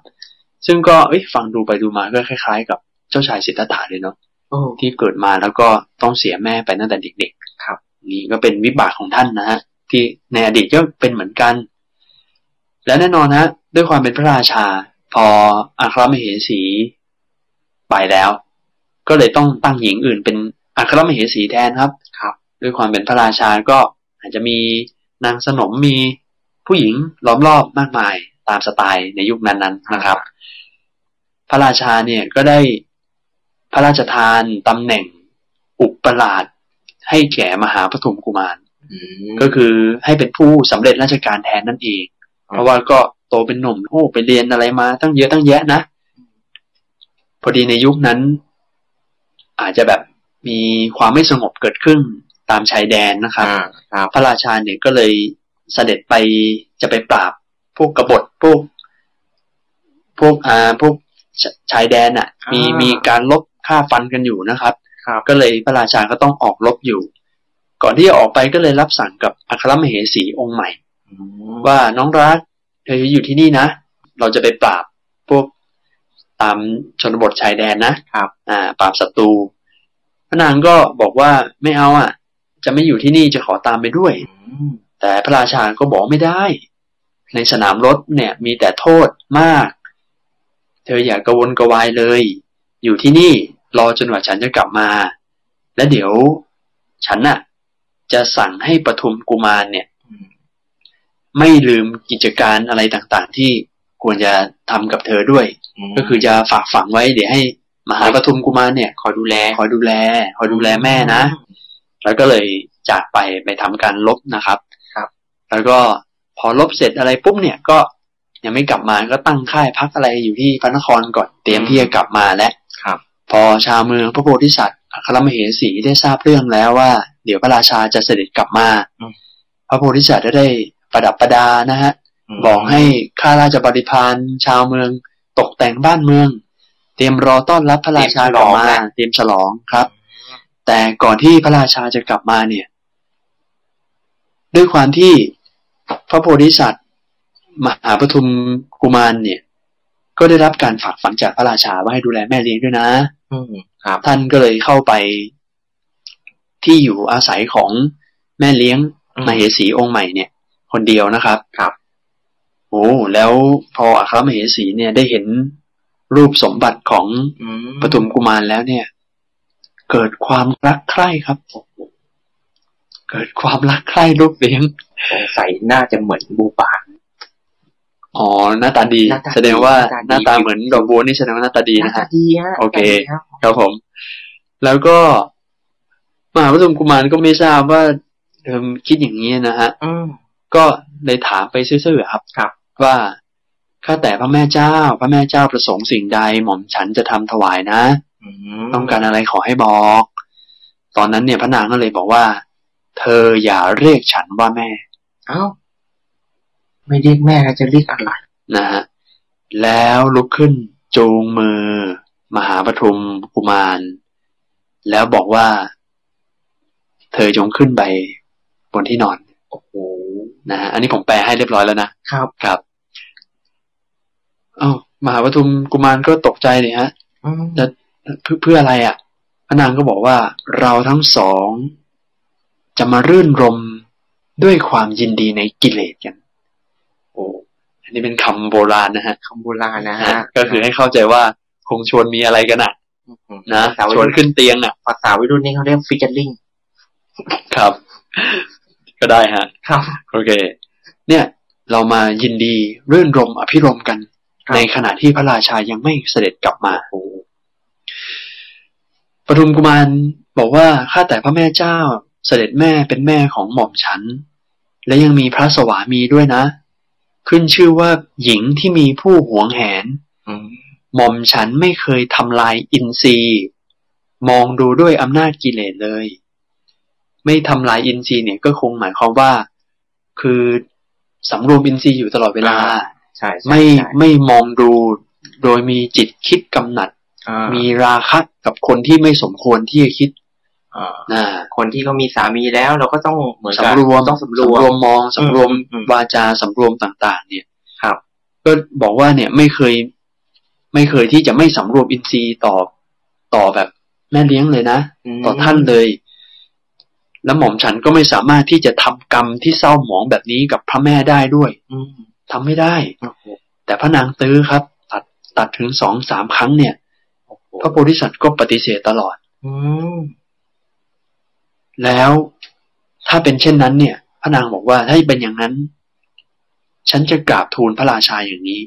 C: ซึ่งก็เอ้ยฟังดูไปดูมาก็คล้ายๆ กับเจ้าชายสิทธัตถะเลยเนาะ
B: โอ้
C: ที่เกิดมาแล้วก็ต้องเสียแม่ไปตั้งแต่เด็กๆ
B: ครับ
C: นี่ก็เป็นวิบากของท่านนะฮะที่ในอดีตก็เป็นเหมือนกัน และแน่นอนฮะด้วยความเป็นพระราชา พออัครมเหสีไปแล้ว ก็เลยต้องตั้งหญิงอื่นเป็นอัครมเหสีแทนครับ
B: ครับ
C: ด้วยความเป็นพระราชาก็อาจจะมีนางสนมมีผู้หญิงล้อมรอบมากมายตามสไตล์ในยุคนั้นๆนะครับ พระราชาเนี่ยก็ได้พระราชทานตำแหน่งอุปราชให้แก่มหาปฐมกุมาร
B: อืม
C: ก็คือให้เป็นผู้สำเร็จราชการแทนนั่นเอง
B: ครับ
C: เพราะว่าก็โตเป็นหนุ่มโอ้ไปเรียนอะไรมาตั้งเยอะตั้งแยะนะ พอดีในยุคนั้น อาจจะแบบมีความไม่สงบเกิดขึ้นตามชายแดนนะครับ
B: อ่าครับ
C: พระราชาเนี่ยก็เลยเสด็จไปจะไปปราบ พวกกบฏพวก พวกอ่าพวกชชายแดนอ่ะ มี
B: อ่ามี
C: มีการลบฆ่าฟันกันอยู่นะครับ
B: ครับ
C: ก็เลยพระราชาก็ต้องออกลบอยู่ ก่อนที่จะออกไปก็เลยรับสั่งกับอัครมเหสีองค์ใหม่
B: อืม
C: ว่าน้องรักเธอจะอยู่ที่นี่นะ เราจะไปปราบพวกตามชนบทชายแดนนะ
B: ครับ
C: อ่าปราบศัตรูพระนางก็บอกว่าไม่เอาอ่ะ จะไม่อยู่ที่นี่จะขอตามไปด้วย
B: อืม
C: แต่พระราชาก็บอกไม่ได้ ในสนามรบเนี่ย มีแต่โทษมาก เธออย่ากระวนกระวายเลย อยู่ที่นี่รอจนกว่าฉันจะกลับมา และเดี๋ยวฉันน่ะ จะสั่งให้ปทุมกุมารเนี่ย
B: อืม
C: ไม่ลืมกิจการอะไรต่างๆ ที่ควรจะทำกับเธอด้วย ก็คือจะฝากฝังไว้เดี๋ยวให้มหาปทุมกุมารเนี่ย
B: คอยดูแล
C: คอยดูแลคอยดูแลแม่นะ แล้วก็เลยจากไปไปทำการลบนะครับ
B: ครับ
C: แล้วก็พอลบเสร็จอะไรปุ๊บเนี่ยก็ยังไม่กลับมาก็ตั้งค่ายพักอะไรอยู่ที่พระนครก่อนเตรียมที่จะกลับมาและ
B: ครับ
C: พอชาวเมืองพระโพธิสัตว์ อัครมเหสีได้ทราบเรื่องแล้วว่า เดี๋ยวพระราชาจะเสด็จกลับมา
B: อืม
C: พระโพธิสัตว์ได้ประดับประดานะฮะ
B: ม
C: บอกให้ข้าราชบริพารชาวเมือง ตกแต่งบ้านเมือง เตรียมรอต้อนรับพระราชากลับมาเตรียมฉลองครับ แต่ก่อนที่พระราชาจะกลับมาเนี่ย ด้วยความที่พระโพธิสัตว์มหาปทุมกุมารเนี่ย ก็ได้รับการฝากฝังจากพระราชาว่าให้ดูแลแม่เลี้ยงด้วยนะ
B: อืมครับ
C: ท่านก็เลยเข้าไปที่อยู่อาศัยของแม่เลี้ยง
B: อืม
C: มเหสีองค์ใหม่เนี่ย คนเดียวนะครับ
B: ครับ
C: โอ้แล้วพออัครมเหสีเนี่ยได้เห็นรูปสมบัติของ
B: อืม
C: ปฐุมกุมารแล้วเนี่ย เกิดความรักใคร่ครับ เกิดความรักใคร่ลูกเลี้ยง
B: สงสัยน่าจะเหมือนบูบา
C: อ๋อหน้าตาดี
B: หน้าตาดี
C: แสดงว่า
B: ห
C: ห
B: น้า
C: น้า
B: ตา
C: ตา
B: ดี
C: เหมือนดอกบัวนี่แสดงว่าหน้าตาดี
B: หน้า
C: นะ
B: ตา
C: ฮะ
B: ดีฮะ
C: โอเค
B: หน้าตาดีรับ
C: ครับผม แล้วก็มหาปฐมกุมารก็ไม่ทราบว่าเออคิดอย่างนี้นะฮะ
B: อืม
C: ก็เลยถามไปซื่อๆครับ
B: ครับ
C: ว่าข้าแต่พระแม่เจ้า พระแม่เจ้าประสงค์สิ่งใดหม่อมฉันจะทำถวายนะ
B: อืม
C: ต้องการอะไรขอให้บอก ตอนนั้นเนี่ยพระนางก็เลยบอกว่า เธออย่าเรียกฉันว่าแม่
B: เอ้าไม่เรียกแม่แล้วจะเรียกอะไร
C: นะฮะแล้วลุกขึ้นจูงมือ มหาปฐุมกุมาร แล้วบอกว่า เธอจงขึ้นไปบนที่นอน
B: โอ้โห
C: นะฮะอันนี้ผมแปลให้เรียบร้อยแล้วนะ
B: ครับ
C: ครับเอ้ามหาปทุมกุมารก็ตกใจเลยฮะ
B: อืม
C: เพื่อเพื่ออะไรอะ่ะพระนางก็บอกว่าเราทั้งสอง จะมารื่นรมด้วยความยินดีในกิเลสกัน
B: โอ้
C: อันนี้เป็นคำโบราณนะฮะ
B: คำโบราณนะฮะ
C: ก็คือให้เข้าใจว่าคงชวนมีอะไรกันอ่ะ
B: ม
C: นะ
B: ภาษาวัย
C: ชวน
B: รุ่น
C: ขึ้นเตียงอ่ะ
B: ภาษาวัยรุ่นนี่เขาเรียกฟิชเชอร์ลิง
C: ครับ ก็ได้ฮะ
B: ครับ
C: โอเค เนี่ย เรามายินดีรื่นรมอภิรมย์กัน
B: ครับ
C: ในขณะที่พระราชายังไม่เสด็จกลับมา
B: โอ้โห
C: ปทุมกุมารบอกว่าข้าแต่พระแม่เจ้า เสด็จแม่เป็นแม่ของหม่อมฉัน และยังมีพระสวามีด้วยนะ ขึ้นชื่อว่าหญิงที่มีผู้หวงแหน
B: อืม
C: หม่อมฉันไม่เคยทำลายอินทรีย์ มองดูด้วยอำนาจกิเลสเลย ไม่ทำลายอินทรีย์เนี่ยก็คงหมายความว่า คือสำรวมอินทรีย์อยู่ตลอดเวลา
B: ใช่ใช่
C: ไม่
B: ใช่
C: ไม่มองดูโดยมีจิตคิดกำหนัด
B: อ่า
C: มีราคะกับคนที่ไม่สมควรที่จะคิด
B: อ่า
C: นะ
B: คนที่เขามีสามีแล้วเราก็ต้องเหมือนกัน
C: สำรวม
B: ต้องสำรว
C: สำรว
B: ม
C: มมองสำรวม
B: อืมอืม
C: วาจาสำรวมต่างๆ เนี่ย
B: ครับ
C: ก็บอกว่าเนี่ยไม่เคย ไม่เคยที่จะไม่สำรวมอินทรีย์ต่อต่อแบบแม่เลี้ยงเลยนะ
B: ม
C: ต่อท่านเลย แล้วหม่อมฉันก็ไม่สามารถที่จะทำกรรมที่เศร้าหมองแบบนี้กับพระแม่ได้ด้วย
B: อืม
C: ทำไม่ได้
B: โอ้โห
C: แต่พระนางตื้อครับ ตัดตัดถึงสองสามครั้งเนี่ย
B: โอ้โห
C: พระโพธิสัตว์ก็ปฏิเสธตลอด
B: อืม
C: แล้วถ้าเป็นเช่นนั้นเนี่ย พระนางบอกว่าถ้าเป็นอย่างนั้น ฉันจะกราบทูลพระราชาอย่างนี้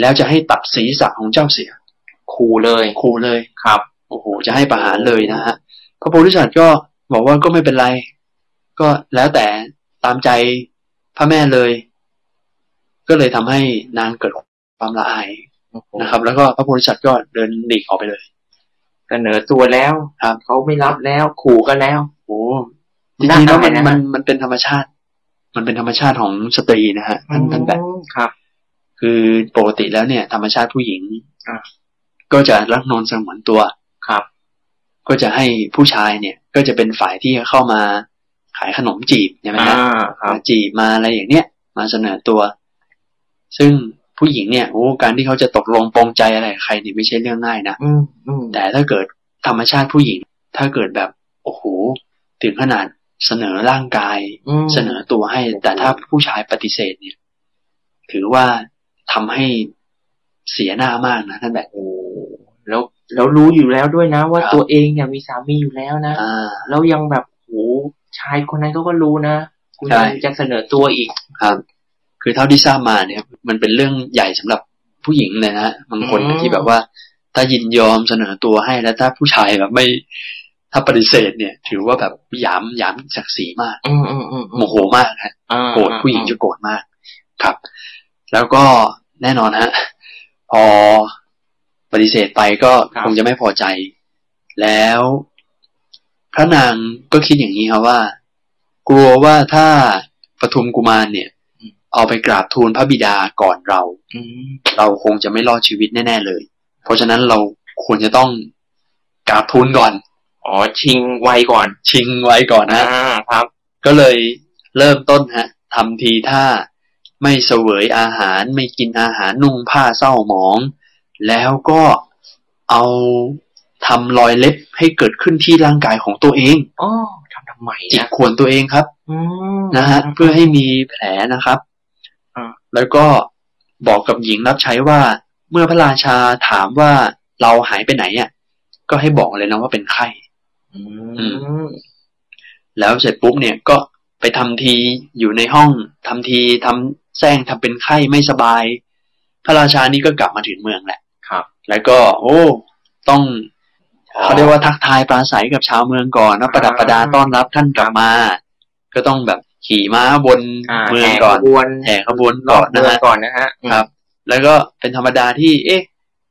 C: แล้วจะให้ตัดศีรษะของเจ้าเสีย
B: คูเลย
C: ครูเลย
B: ครับ
C: โอ้โห จะให้ประหารเลยนะฮะ พระโพธิสัตว์ก็บอกว่าก็ไม่เป็นไร ก็แล้วแต่ตามใจพระแม่เลย ก็เลยทำให้นางเกิดความละอายนะครับ แล้วก็พระโพธิสัตว์ก็เดินหลีกออกไปเลย
B: เสนอตัวแล้ว
C: ครับ
B: เขาไม่รับแล้วขู่กันแล้ว
C: โอ้จริงๆแล้วมัน
B: น่าอายนะฮะ
C: มันมันเป็นธรรมชาติ มันเป็นธรรมชาติของสตรีนะฮะท่านท่านแบบ
B: อืมครับ
C: คือปกติแล้วเนี่ย ธรรมชาติผู้หญิง
B: อ่ะ
C: ก็จะรักนอนสงวนตัว
B: ครับ
C: ก็จะให้ผู้ชายเนี่ย ก็จะเป็นฝ่ายที่เข้ามาขายขนมจีบใช่ไหม
B: อ่า
C: ฮะ
B: ครับ
C: มาจีบมาอะไรอย่างเนี้ยมาเสนอตัว ซึ่งผู้หญิงเนี่ยโอ้การที่เขาจะตกลงปรงใจอะไรกับใครเนี่ยไม่ใช่เรื่องง่ายนะ
B: อืมอืม
C: แต่ถ้าเกิดธรรมชาติผู้หญิง ถ้าเกิดแบบโอ้โหถึงขนาดเสนอร่างกาย
B: ม
C: เสนอตัวให้ แต่ถ้าผู้ชายปฏิเสธเนี่ย ถือว่าทำให้เสียหน้ามากนะท่านแบบ
B: โอ้แล้วแล้วรู้อยู่แล้วด้วยนะ ว่า
C: ครับ
B: ตัวเองเนี่ยมีสามีอยู่แล้วนะ
C: อ่า
B: แล้วยังแบบโอ้ชายคนนั้นเขาก็รู้นะคุณ
C: ใช่
B: ยังจะเสนอตัวอีก
C: ครับ คือเท่าที่ทราบมาเนี่ย มันเป็นเรื่องใหญ่สำหรับผู้หญิงเลยนะฮะบางคน
B: อืม
C: ที่แบบว่า ถ้ายินยอมเสนอตัวให้แล้วถ้าผู้ชายแบบไม่ ถ้าปฏิเสธเนี่ย ถือว่าแบบหยามหยามศักดิ์ศรีมาก
B: อืมอืมอืมอื
C: โม
B: ม
C: โหมากฮะ
B: อ่า
C: โกรธผู้หญิงจะโกรธมาก ครับ แล้วก็แน่นอนฮะพอปฏิเสธไปก็คงจะไม่พอใจ แล้ว พระนางก็คิดอย่างนี้ครับว่า กลัวว่าถ้าปทุมกุมารเนี่ย เอาไปกราบทูลพระบิดาก่อนเรา
B: อืม
C: เราคงจะไม่รอดชีวิตแน่ ๆ เลย เพราะฉะนั้นเราควรจะต้องกราบทูลก่อน
B: อ๋อชิงไวก่อน
C: ชิงไว้ก่อน
B: อ่า
C: นะ
B: ครับ
C: ก็เลยเริ่มต้นฮะทำทีท่าไม่เสวยอาหารไม่กินอาหารนุ่งผ้าเศร้าหมอง แล้วก็เอาทำรอยเล็บให้เกิดขึ้นที่ร่างกายของตัวเอง
B: อ๋อทำทำไม
C: จิก
B: นะ
C: ข่วนตัวเองครับ
B: อืม
C: นะฮะเพื่อให้มีแผลนะครับ
B: อ่า
C: แล้วก็บอกกับหญิงรับใช้ว่า เมื่อพระราชาถามว่าเราหายไปไหนอ่ะก็ให้บอกเลยนะว่าเป็นไข้
B: อืม
C: แล้วเสร็จปุ๊บเนี่ยก็ไปทำทีอยู่ในห้องทำทีทำแซงทำเป็นไข้ไม่สบาย พระราชานี่ก็กลับมาถึงเมืองแหละ
B: ครับ
C: แล้วก็ โอ้ ต้องเขาเรียกว่าทักทายปราศัยกับชาวเมืองก่อนนะประดับประดาต้อนรับท่านกลับมา ก็ต้องแบบขี่ม้าบน
B: อ่า
C: เมือง
B: แห่
C: ก่อน
B: ขบวน
C: แห่ขบวน
B: รอ
C: ก่อบ น
B: เมือ
C: นะ
B: ง
C: ฮะ
B: ก่อนนะฮะ
C: ครับ แล้วก็เป็นธรรมดาที่ เอ๊ะ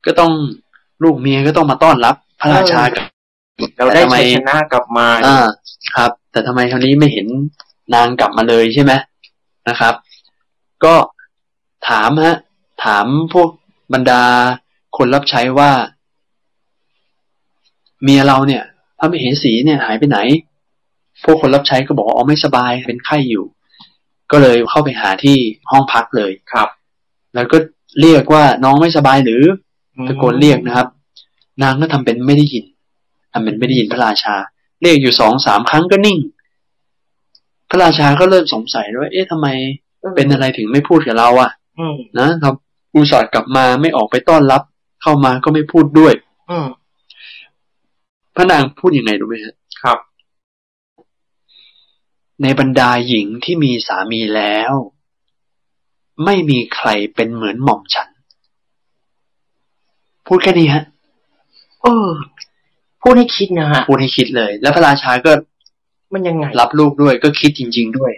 C: ก็ต้องลูกเมียก็ต้องมาต้อนรับ พระราชากับ
B: เราได้
C: แต่ทำไม
B: ชัยชนะกลับมา
C: อ่า ครับ แต่ทำไมคราวนี้ไม่เห็นนางกลับมาเลยใช่ไหมนะครับ ก็ถามฮะ ถามพวกบรรดาคนรับใช้ว่า เมียเราเนี่ย พระมเหสีเนี่ยหายไปไหน พวกคนรับใช้ก็บอกว่าอ๋อไม่สบายเป็นไข้อยู่ ก็เลยเข้าไปหาที่ห้องพักเลย
B: ครับ
C: แล้วก็เรียกว่าน้องไม่สบายหรือ ตะโกนเรียกนะครับ นางก็ทำเป็นไม่ได้ยินทำเป็นไม่ได้ยินพระราชา เรียกอยู่สองสามครั้งก็นิ่ง พระราชาก็เริ่มสงสัยว่า เอ๊ะทำไมเป็นอะไรถึงไม่พูดกับเราอ่ะ
B: อืม
C: นะเราอุตส่าห์กลับมาไม่ออกไปต้อนรับ เข้ามาก็ไม่พูดด้วย
B: อืม
C: พระนางพูดยังไงรู้ไหมฮะ
B: ครับ
C: ในบรรดาหญิงที่มีสามีแล้ว ไม่มีใครเป็นเหมือนหม่อมฉัน พูดแค่นี้ฮะ
B: เออพูดให้คิดนะฮะ
C: พูดให้คิดเลย แล้วพระราชาก็
B: มันยังไง
C: รับลูกด้วยก็คิดจริง ๆด้วย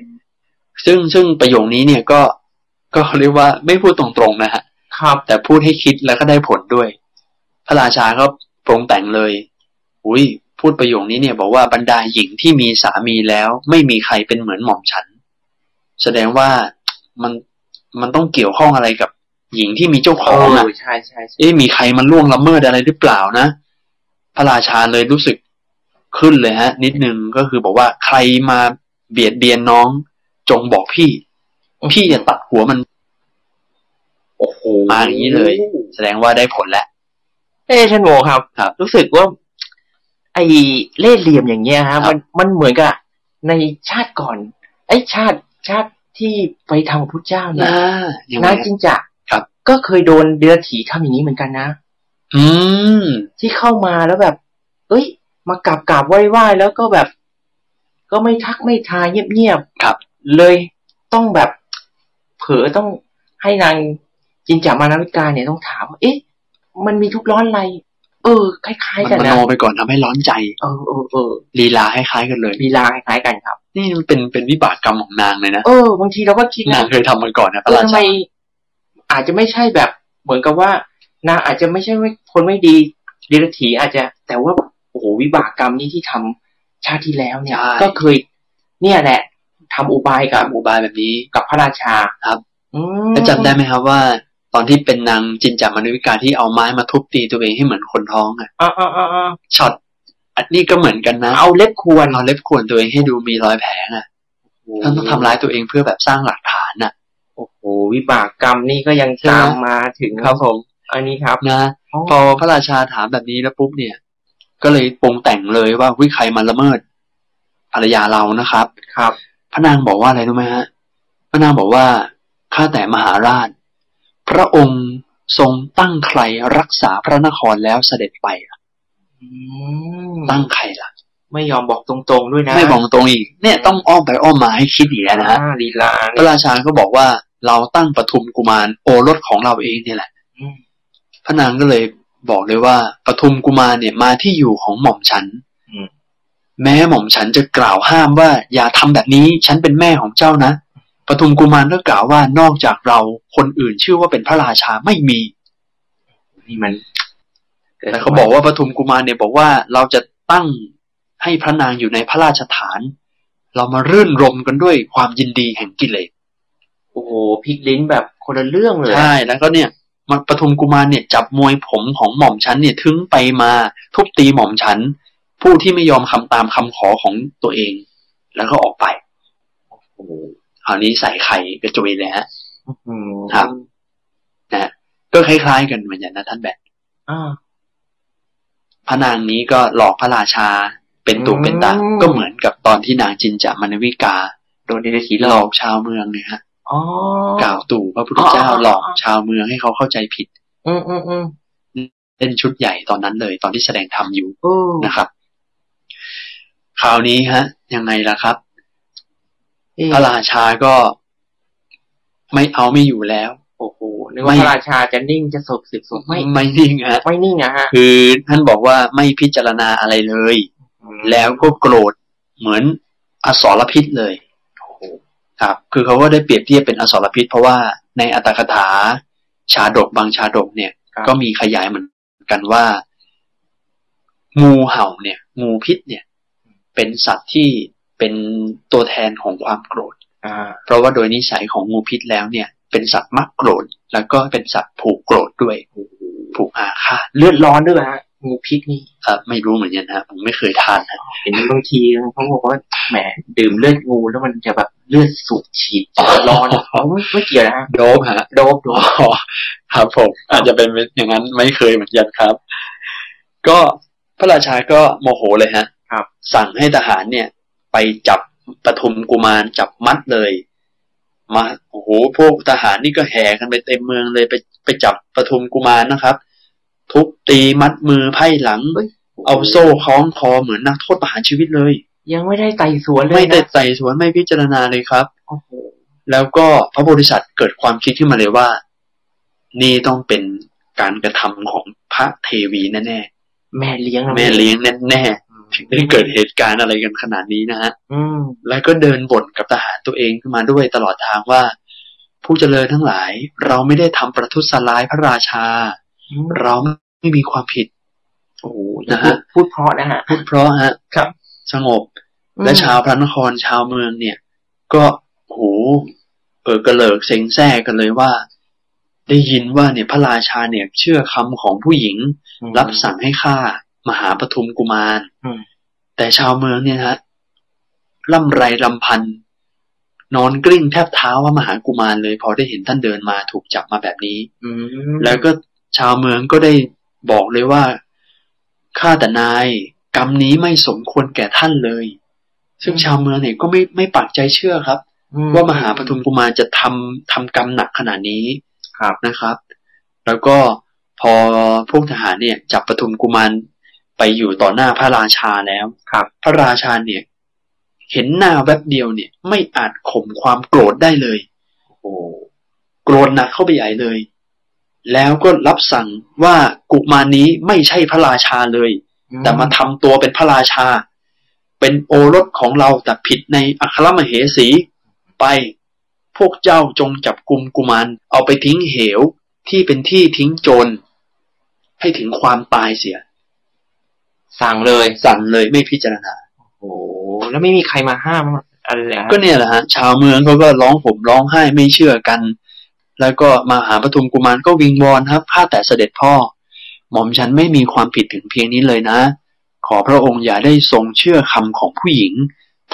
C: ซึ่งซึ่งประโยคนี้เนี่ยก็ก็เรียกว่าไม่พูดตรงๆนะฮะ
B: ครับ
C: แต่พูดให้คิดแล้วก็ได้ผลด้วย พระราชาก็ปรงแต่งเลย อุ้ยพูดประโยคนี้เนี่ย บอกว่าบรรดาหญิงที่มีสามีแล้ว ไม่มีใครเป็นเหมือนหม่อมฉัน แสดงว่ามันมันต้องเกี่ยวข้องอะไรกับหญิงที่มีเจ้าข
B: เอ
C: อง
B: อ
C: อะ
B: ใช่ใช่ใช่
C: เอ๊ะมีใครมันล่วงละเมิดอะไรหรือเปล่านะ พระราชาเลยรู้สึกขึ้นเลยฮะ นิดนึงก็คือบอกว่าใครมาเบียดเบียนน้อง จงบอกพี่ พี่อย่าตัดหัวมัน
B: โอ้โห
C: มาอย่างนี้เลย แสดงว่าได้ผลแล้ว
B: เอ้ชันโมครับ
C: ครับ
B: รู้สึกว่า ไอ้เล่ห์เหลี่ยมอย่างเงี้ยฮะมันมันเหมือนกับในชาติก่อน ไอ้ชาติชาติที่ไปทางพระเจ้าเนี่ย
C: นะยังไง
B: นา
C: ฮะ
B: ยจินจะ
C: ครับ
B: ก็เคยโดนเดือถีทำอย่างนี้เหมือนกันนะ
C: อืม
B: ที่เข้ามาแล้วแบบ เอ้ย มากราบกราบไหว้ไหว้แล้วก็แบบ ก็ไม่ทักไม่ทายเงียบๆ
C: ครับ
B: เลยต้องแบบ เผลอต้องให้นางจินจามานาวิกาเนี่ยต้องถามว่าเอ๊ะ มันมีทุกข์ร้อนอะไร เออ คล้าย
C: มั
B: ๆ กัน
C: นม
B: นะ
C: โนไปก่อนทำให้ร้อนใจ
B: เออเออเออ
C: ลีลาคล้ายๆกันเลย
B: ลีลาคล้ายๆกันครับ
C: นี่มันเป็นเป็นวิบากกรรมของนางเลยนะ
B: เออบางทีเราก็คิด
C: นา
B: นะ
C: งเคยทำมาก่อนนะพ
B: เอ
C: ระ
B: อ
C: รา
B: ทำไม
C: ชา
B: อาจจะไม่ใช่แบบ เหมือนกับว่านางอาจจะไม่ใช่ว่าคนไม่ดีเดรัจฉีอาจจะ แต่ว่าโอ้โหวิบากกรรมนี้ที่ทำชาติที่แล้วเนี่ย ก็เคย เนี่ยแหละทำอุบายกับ
C: ทำอุบายแบบนี้
B: กับพระราชา
C: ครับ
B: อืม
C: แล้วจำได้ไหมครับว่า ตอนที่เป็นนางจินจามนุวิกาที่เอาไม้มาทุบตีตัวเองให้เหมือนคนท้องอะ
B: อ่าอ่าอ่าอ่า
C: ช็อตอันนี้ก็เหมือนกันนะ
B: เอาเล็บควร
C: เอาเล็บขวนตัวเองให้ดูมีรอยแผลน่ะท่านต้องทำร้ายตัวเองเพื่อแบบสร้างหลักฐานน่ะ
B: โอ้โหวิบากกรรมนี่ก็ยัง
C: ใช่ไหม
B: ตามมาถึง
C: ครับผม
B: อันนี้ครับ
C: นะ พอพระราชาถามแบบนี้แล้วปุ๊บเนี่ย ก็เลยปรุงแต่งเลยว่าวิใครมาละเมิดภรรยาเรานะครับ
B: ครับ
C: พระนางบอกว่าอะไรรู้ไหมฮะ พระนางบอกว่าข้าแต่มหาราช พระองค์ทรงตั้งใครรักษาพระนครแล้วเสด็จไปล่ะ
B: อืม
C: ตั้งใครล่ะ
B: ไม่ยอมบอกตรงๆด้วยนะ
C: ไม่บอกตรงอีก เนี่ยต้องอ้อมไปอ้อมมาให้คิดอีกแล้วนะฮะ
B: อ่าลีลา
C: พระราชาก็บอกว่าเราตั้งปทุมกุมารโอรสของเราเองเนี่ยแหละ
B: อืม
C: พระนางก็เลยบอกเลยว่าปทุมกุมารเนี่ยมาที่อยู่ของหม่อมฉัน
B: อืม
C: แม้หม่อมฉันจะกล่าวห้ามว่า อย่าทำแบบนี้ฉันเป็นแม่ของเจ้านะปทุมกุมารก็กล่าวว่านอกจากเราคนอื่นชื่อว่าเป็นพระราชาไม่มี
B: นี่มัน
C: แต่เขาบอกว่าปทุมกุมารเนี่ยบอกว่าเราจะตั้ง ให้พระนางอยู่ในพระราชฐาน เรามารื่นรมกันด้วยความยินดีแห่งกิเลส
B: โอ้โหพลิกลิ้นแบบคนละเรื่องเลย
C: ใช่แล้วก็เนี่ยมันปทุมกุมารเนี่ยจับมวยผมของหม่อมฉันเนี่ยทึ้งไปมาทุบตีหม่อมฉัน ผู้ที่ไม่ยอมคำตามคำขอของตัวเอง แล้วก็ออกไป
B: โอ้โห
C: คราวนี้ใส่ไข่กระจุยเลยฮะ
B: อืม
C: ครับ นะฮะก็คล้ายๆกันเหมือนกันนะท่านแบบ
B: อ่า
C: พระนางนี้ก็หลอกพระราชาเป็นตัวเป็นตา
B: อืม
C: ก็เหมือนกับตอนที่นางจินจามานวิกา
B: โดนเดรัจฉีห
C: ห
B: ล
C: ล
B: อ
C: อก กชาวเมืองเนี่ยฮะ
B: อ๋อ
C: กล่าวตู่พระพุทธเจ้า
B: อ๋อ
C: หลอกชาวเมืองให้เขาเข้าใจผิด
B: อืมอืมอืม
C: เล่นชุดใหญ่ตอนนั้นเลยตอนที่แสดงธรรมอยู่
B: โอ้
C: นะครับ คราวนี้ฮะ ยังไงล่ะครับ
B: เอ๊ะ
C: พระราชาก็ไม่เอาไม่อยู่แล้ว
B: โอ้โหนึกว่าพระราชาจะนิ่งจะสบสิบสบไม่
C: ไม่นิ่งฮะ
B: ไม่นิ่งนะฮะ
C: คือท่านบอกว่าไม่พิจารณาอะไรเลย แล้วก็โกรธเหมือนอสรพิษเลยครับ คือเขาก็ได้เปรียบเทียบเป็นอสรพิษ เพราะว่าในอัตถกถา ชาดกบางชาดกเนี่ย
B: ครับ
C: ก็มีขยายเหมือนกันว่า งูเห่าเนี่ย งูพิษเนี่ย เป็นสัตว์ที่เป็นตัวแทนของความโกรธ
B: อ่า
C: เพราะว่าโดยนิสัยของงูพิษแล้วเนี่ย เป็นสัตว์มักโกรธ แล้วก็เป็นสัตว์ผูกโกรธด้วยผูกอาฆาต
B: เลือดร้อนด้วยฮะงูพิษนี่
C: เอ่อไม่รู้เหมือนกันนะผมไม่เคยทานนะ
B: เห็นบางทีเขาบอกว่าแหมดื่มเลือดงูแล้วมันจะแบบเลือดสูบฉีดร้อนอ๋อไม่ไม่เกี่ยวนะฮะ
C: โดบฮะ
B: โดบโดบ
C: อ๋อครับผมอาจจะเป็นอย่างนั้นไม่เคยเหมือนกันครับ ก็พระราชาก็โมโหเลยฮะ
B: ครับ
C: สั่งให้ทหารเนี่ย ไปจับปทุมกุมารจับมัดเลย มาโอ้โหพวกทหารนี่ก็แห่กันไปเต็มเมืองเลยไปไปจับปทุมกุมารนะครับ ทุบตีมัดมือไพ่หลัง เอาโซ่คล้องคอเหมือนนักโทษประหารชีวิตเลย
B: ยังไม่ได้ไต่สวนเลยนะ
C: ไม่ได้ใส่สวนไม่พิจารณาเลยครับ
B: โอ้โห
C: แล้วก็พระโพธิสัตว์เกิดความคิดขึ้นมาเลยว่า นี่ต้องเป็นการกระทำของพระเทวีแน่
B: แม่เลี้ยง
C: ๆ
B: นะ
C: แม่เลี้ยงแน่
B: อืม
C: ๆถึงได้เกิดเหตุการณ์อะไรกันขนาดนี้นะฮะ
B: อืม
C: แล้วก็เดินบ่นกับทหารตัวเองขึ้นมาด้วยตลอดทางว่า ผู้เจริญทั้งหลาย เราไม่ได้ทำประทุษร้ายพระราชา เราไม่มีความผิด
B: โอ้โห
C: นะฮะ
B: พูดเพราะนะฮะ
C: พูดเพราะฮะ
B: ครับ
C: สงบ และชาวพระนครชาวเมืองเนี่ย ก็โหเออกระเลิกเซ็งแซ่กันเลยว่า ได้ยินว่าเนี่ยพระราชาเนี่ย เชื่อคำของผู้หญิง
B: อืม
C: รับสั่งให้ฆ่า มหาปทุมกุมาร
B: อืม
C: แต่ชาวเมืองเนี่ยฮะล่ำไรลำพัน นอนกลิ้งแทบเท้าว่ามหากุมารเลย พอได้เห็นท่านเดินมาถูกจับมาแบบนี้
B: อืม
C: แล้วก็ชาวเมืองก็ได้บอกเลยว่าข้าแต่นาย กรรมนี้ไม่สมควรแก่ท่านเลย ซึ่งชาวเมืองเนี่ยก็ไม่ไม่ปักใจเชื่อครับ
B: อื
C: ว่ามหาปทุมกุมารจะทำทำกรรมหนักขนาดนี้
B: ครับ
C: นะครับ แล้วก็พอพวกทหารเนี่ย จับปทุมกุมารไปอยู่ต่อหน้าพระราชาแล้ว
B: ครับ
C: พระราชาเนี่ย เห็นหน้าแวบเดียวเนี่ย ไม่อาจข่มความโกรธได้เลย
B: โอ้โห
C: โกรธหนักเข้าไปใหญ่เลย แล้วก็รับสั่งว่ากุมารนี้ไม่ใช่พระราชาเลย แต่มาทำตัวเป็นพระราชา เป็นโอรสของเราแต่ผิดในอัครมเหสี ไป พวกเจ้าจงจับกลุ่มกุมารเอาไปทิ้งเหวที่เป็นที่ทิ้งโจรให้ถึงความตายเสีย
B: สั่งเลย
C: สั่งเลยไม่พิจารณา
B: โอ้โหแล้วไม่มีใครมาห้ามอะไรเลยฮะ
C: ก็เนี่ยแหละฮะชาวเมืองเขาก็ร้องผมร้องไห้ไม่เชื่อกัน แล้วก็มาหาปทุมกุมารก็วิงวอนครับข้าแต่เสด็จพ่อ หม่อมฉันไม่มีความผิดถึงเพียงนี้เลยนะ ขอพระองค์อย่าได้ทรงเชื่อคำของผู้หญิง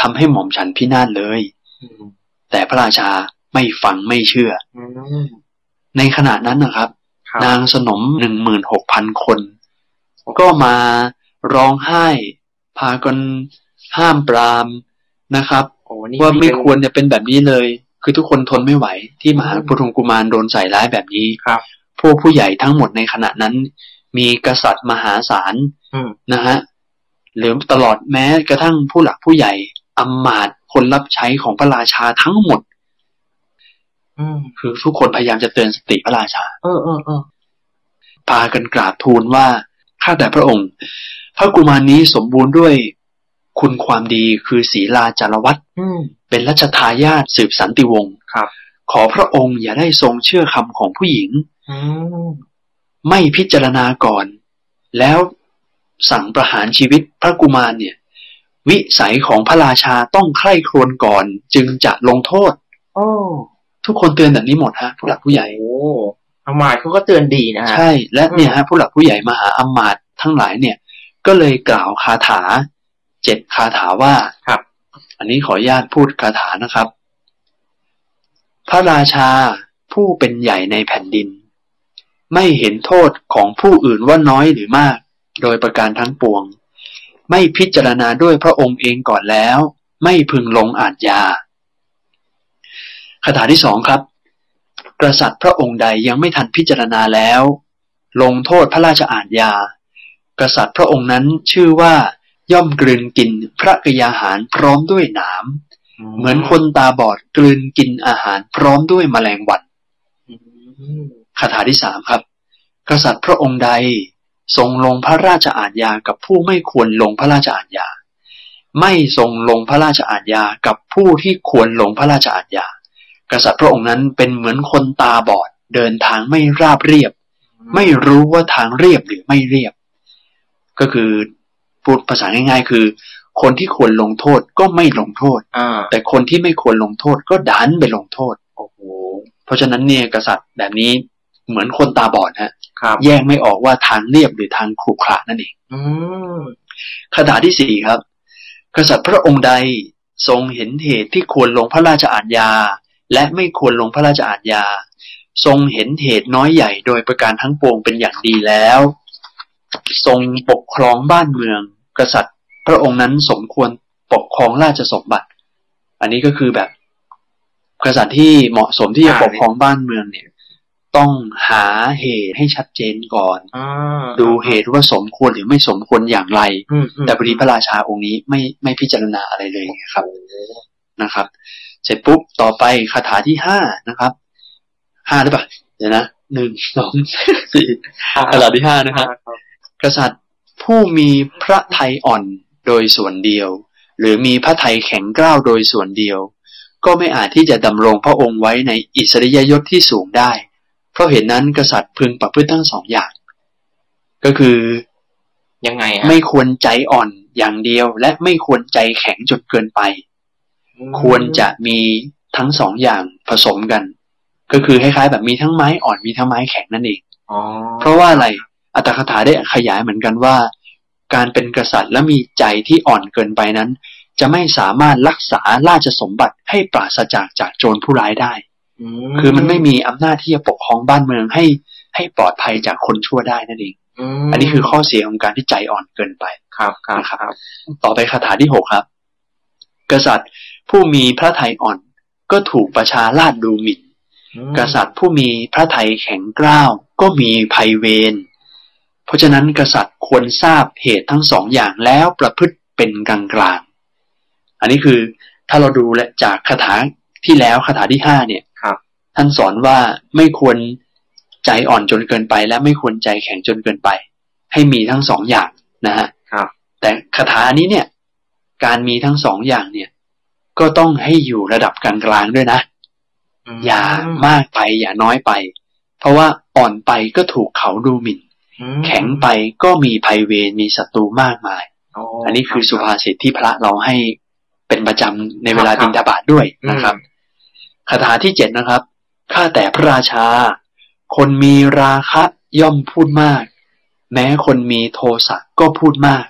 C: ทำให้หม่อมฉันพินาศเลย
B: อืม
C: แต่พระราชาไม่ฟังไม่เชื่อ
B: อืม
C: ในขณะนั้นนะครับ
B: ครับ
C: นางสนมหนึ่งหมื่นหกพันคน ก็มาร้องไห้ พากันห้ามปรามนะครับ
B: โอ้นี่
C: ว่าไม่
B: เป็น
C: ควรจะเป็นแบบนี้เลย คือทุกคนทนไม่ไหว ที่มหาปฐมกุมารโดนใส่ร้ายแบบนี้
B: ครับ
C: พวกผู้ใหญ่ทั้งหมดในขณะนั้น มีกษัตริย์มหาศาล
B: อืม
C: นะฮะหรือตลอดแม้กระทั่งผู้หลักผู้ใหญ่อำมาตย์คนรับใช้ของพระราชาทั้งหมด
B: อืม
C: คือทุกคนพยายามจะเตือนสติพระราชา
B: เออเออเออ
C: พากันกราบทูลว่าข้าแต่พระองค์ พระกุมารนี้สมบูรณ์ด้วย คุณความดีคือศีลาจารวัตร
B: อืม
C: เป็นรัชทายาทสืบสันติวงศ์
B: ครับ
C: ขอพระองค์อย่าได้ทรงเชื่อคำของผู้หญิง
B: อืม
C: ไม่พิจารณาก่อน แล้วสั่งประหารชีวิตพระกุมารเนี่ย วิสัยของพระราชาต้องใคร่ครวญก่อน จึงจะลงโทษ
B: โอ้
C: ทุกคนเตือนแบบนี้หมดฮะผู้หลักผู้ใหญ่
B: โหอำมาตย์เขาก็เตือนดีนะฮะ
C: ใช่ และเนี่ยฮะผู้หลักผู้ใหญ่มหาอำมาตย์ทั้งหลายเนี่ย ก็เลยกล่าวคาถาเจ็ดคาถาว่า
B: ครับ
C: อันนี้ขออนุญาตพูดคาถานะครับ พระราชาผู้เป็นใหญ่ในแผ่นดิน ไม่เห็นโทษของผู้อื่นว่าน้อยหรือมาก โดยประการทั้งปวง ไม่พิจารณาด้วยพระองค์เองก่อนแล้ว ไม่พึงลงอาจยาคาถาที่สองครับ กษัตริย์พระองค์ใดยังไม่ทันพิจารณาแล้ว ลงโทษพระราชอาญญากษัตริย์พระองค์นั้นชื่อว่าย่อมกลืนกินพระกยาหารพร้อมด้วยหนามเหมือนคนตาบอดกลืนกินอาหารพร้อมด้วยแมลงวัน
B: อืม
C: คาถาที่สามครับ กษัตริย์พระองค์ใดทรงลงพระราชอาญญากับผู้ไม่ควรลงพระราชอาญญาไม่ทรงลงพระราชอาญญากับผู้ที่ควรลงพระราชอาญญากษัตริย์พระองค์นั้นเป็นเหมือนคนตาบอดเดินทางไม่ราบเรียบ ไม่รู้ว่าทางเรียบหรือไม่เรียบ ก็คือพูดภาษาง่าย ๆ คือ คนที่ควรลงโทษก็ไม่ลงโทษ
B: อ่า
C: แต่คนที่ไม่ควรลงโทษก็ดันไปลงโทษ
B: โอ้โห
C: เพราะฉะนั้นเนี่ยกษัตริย์แบบนี้เหมือนคนตาบอดฮะ
B: ครับ
C: แยกไม่ออกว่าทางเรียบหรือทางขรุขระนั่นเอง
B: อืม
C: คาถาที่สี่ครับ กษัตริย์พระองค์ใดทรงเห็นเหตุที่ควรลงพระราชอาญญา และไม่ควรลงพระราชอาญญา ทรงเห็นเหตุน้อยใหญ่โดยประการทั้งปวงเป็นอย่างดีแล้ว ทรงปกครองบ้านเมือง กษัตริย์พระองค์นั้นสมควรปกครองราชสมบัติ อันนี้ก็คือแบบ กษัตริย์ที่เหมาะสมที่จะปกครองบ้านเมืองเนี่ย ต้องหาเหตุให้ชัดเจนก่อน
B: อ่า
C: ดูเหตุว่าสมควรหรือไม่สมควรอย่างไร
B: อืมอืม
C: แต่พอดีพระราชาองค์นี้ไม่ไม่พิจารณาอะไรเลยไงครับนะครับ เสร็จปุ๊บต่อไปคาถาที่ห้านะครับห้าหรือเปล่าเดี๋ยวนะหนึ่งสองสี่
B: อ่
C: คาถาที่ห้านะครับ กษัตริย์ผู้มีพระไทยอ่อนโดยส่วนเดียว หรือมีพระไทยแข็งกร้าวโดยส่วนเดียว ก็ไม่อาจที่จะดำรงพระองค์ไว้ในอิสริยยศที่สูงได้ เพราะเหตุนั้นกษัตริย์พึงประพฤติทั้งสองอย่าง ก็คือ
B: ยังไงฮะ
C: ไม่ควรใจอ่อนอย่างเดียวและไม่ควรใจแข็งจนเกินไป ควรจะมีทั้งสองอย่างผสมกัน ก็คือคล้ายๆแบบมีทั้งไม้อ่อนมีทั้งไม้แข็งนั่นเอง
B: อ๋อ
C: เพราะว่าอะไรอัตถคถาได้ขยายเหมือนกันว่า การเป็นกษัตริย์และมีใจที่อ่อนเกินไปนั้น จะไม่สามารถรักษาราชสมบัติให้ปราศจากจากโจรผู้ร้ายได้ คือมันไม่มีอำนาจที่จะปกครองบ้านเมืองให้ให้ปลอดภัยจากคนชั่วได้นั่นเอง
B: ม
C: อันนี้คือข้อเสียของการที่ใจอ่อนเกินไป
B: ครับครับ
C: นะค
B: ค
C: รั
B: รับ บ
C: ต่อไปคาถาที่หกครับ กษัตริย์ผู้มีพระไทยอ่อนก็ถูกประชาราชดูหมิ่น กษัตริย์ผู้มีพระไทยแข็งกร้าวก็มีภัยเวร เพราะฉะนั้นกษัตริย์ควรทราบเหตุทั้งสองอย่างแล้วประพฤติเป็นกลางกลางๆอันนี้คือถ้าเราดูและจากคาถาที่แล้วคาถาที่ห้าเนี่ย
B: ครับ
C: ท่านสอนว่าไม่ควรใจอ่อนจนเกินไป และไม่ควรใจแข็งจนเกินไป ให้มีทั้งสองอย่างนะฮะ
B: ครับ
C: แต่คาถานี้เนี่ย การมีทั้งสองอย่างเนี่ย ก็ต้องให้อยู่ระดับกลางๆด้วยนะ
B: ม
C: อย่ามากไปอย่าน้อยไป เพราะว่าอ่อนไปก็ถูกเขาดูหมิ่น
B: อืม
C: แข็งไปก็มีภัยเวรมีศัตรูมากมาย
B: อ๋อ
C: อันนี้คือสุ
B: รับ
C: ภาษิตที่พระเราให้เป็นประจำในเวลา
B: ครับ
C: บิณฑบาตด้วยนะครับ
B: อื
C: คาถาที่เจ็ดนะครับ ข้าแต่พระราชา คนมีราคะย่อมพูดมาก แม้คนมีโทสะก็พูดมาก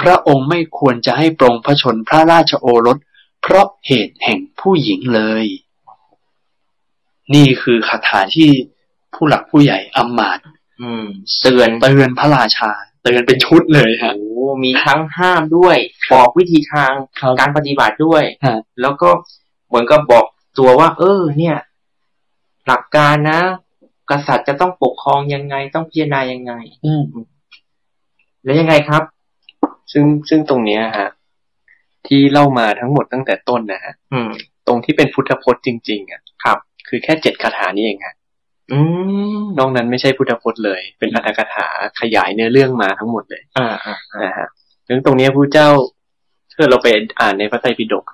C: พระองค์ไม่ควรจะให้ปรงพระชนพระราชโอรส เพราะเหตุแห่งผู้หญิงเลย นี่คือคาถาที่ผู้หลักผู้ใหญ่อำมาตย์
B: อืมเตือน
C: เตือนพระราชา เตือนเป็นชุดเลย
B: โอ้
C: ฮะ
B: มีทั้งห้ามด้วยบอกวิธีทาง
C: ครับ
B: การปฏิบัติด้วย
C: ฮะ
B: แล้วก็เหมือนกับบอกตัวว่า เออ เนี่ย หลักการนะ กษัตริย์จะต้องปกครองยังไงต้องพิจารณายังไง
C: อืม
B: แล้วยังไงครับ
A: ซึ่งซึ่งตรงเนี้ยฮะที่เล่ามาทั้งหมดตั้งแต่ต้นนะฮะ
B: อืม
A: ตรงที่เป็นพุทธพจน์จริงๆอ่ะ
B: ครับ
A: คือแค่เจ็ดคาถานี่เองฮะ
B: อืม
A: นอกนั้นไม่ใช่พุทธพจน์เลย เป็นอัตถกถาขยายเนื้อเรื่องมาทั้งหมดเลย
B: อ่าอ่า
A: นะฮะถึงตรงเนี้ยพระเจ้าถ้าเราไปอ่านในพระไตรปิฎก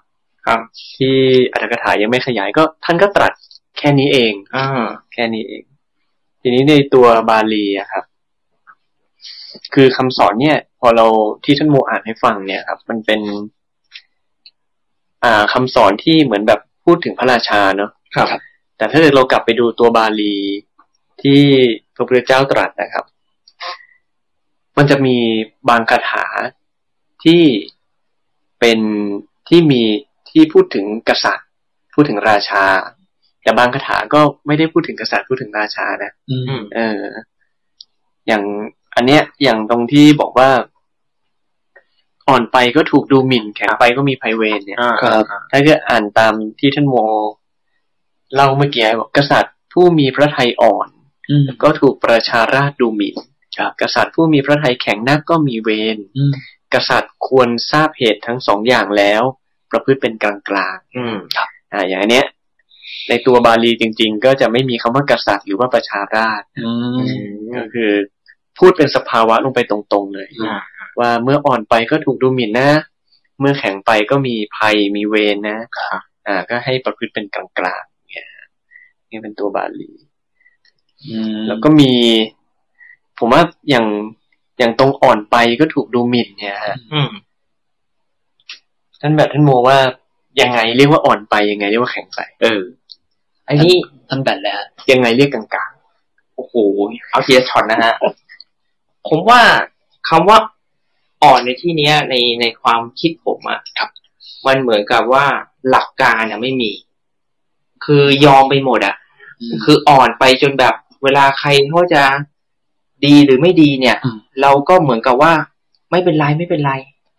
B: ครับ
A: ที่อัตถกถายังไม่ขยายก็ท่านก็ตรัสแค่นี้เอง
B: อ่า
A: แค่นี้เอง ทีนี้ในตัวบาลีอะครับ
D: คือคำสอนเนี่ย พอเราที่ท่านโมอ่านให้ฟังเนี่ยครับ มันเป็น อ่าคำสอนที่เหมือนแบบพูดถึงพระราชาเนาะ
C: ครับ
D: แต่ถ้าเกิดเรากลับไปดูตัวบาลีที่พระพุทธเจ้าตรัสนะครับ มันจะมีบางคาถาที่เป็นที่มีที่พูดถึงกษัตริย์ พูดถึงราชา แต่บางคาถาก็ไม่ได้พูดถึงกษัตริย์พูดถึงราชานะ
C: อืม
D: เออ อย่างอันเนี้ย อย่างตรงที่บอกว่า อ่อนไปก็ถูกดูหมิ่น แข็งไปก็มีไพเวรเนี่ย
B: อ่า
C: ครับ
D: ถ้าเกิดอ่านตามที่ท่านโมเล่าเมื่อกี้บอกกษัตริย์ผู้มีพระทัยอ่อน
C: อืม
D: ก็ถูกประชาราชดูหมิ่นกษัตริย์ผู้มีพระทัยแข็งนักก็มีเวร
C: อืม
D: กษัตริย์ควรทราบเหตุทั้งสองอย่างแล้ว ประพฤติเป็นกลางกลาง
B: อืม
D: ๆอ่า อย่างอันเนี้ย ในตัวบาลีจริง ๆ ก็จะไม่มีคำว่ากษัตริย์หรือว่าประชาราช
C: อืม
D: ก็คือพูดเป็นสภาวะลงไปตรงๆเลย
B: อ่า
D: ว่าเมื่ออ่อนไปก็ถูกดูหมิ่นนะ เมื่อแข็งไปก็มีภัยมีเวรนะอ่า ก็ให้ประพฤติเป็นกลางๆอย่างเนี่ยนี่เป็นตัวบาลี
C: อืม
D: แล้วก็มี ผมว่าอย่างอย่างตรงอ่อนไปก็ถูกดูหมิ่นเนี่ยฮะ
B: อืม
D: ท่านแบบท่านโมว่ายังไงเรียกว่าอ่อนไปยังไงเรียกว่าแข็งไป
B: เอออันนี้
C: ท่านแบนแล้ว
D: ยังไงเรียกกลาง
B: โอ้โหเอาทีละช็อตนะฮะ ผมว่าคำว่าอ่อนในที่เนี้ย ในในความคิดผมอะครับ มันเหมือนกับว่าหลักการอะไม่มี คือยอมไปหมดอะ คืออ่อนไปจนแบบเวลาใครเขาจะดีหรือไม่ดีเนี่ย
C: อืม
B: เราก็เหมือนกับว่า ไม่เป็นไรไม่เป็นไร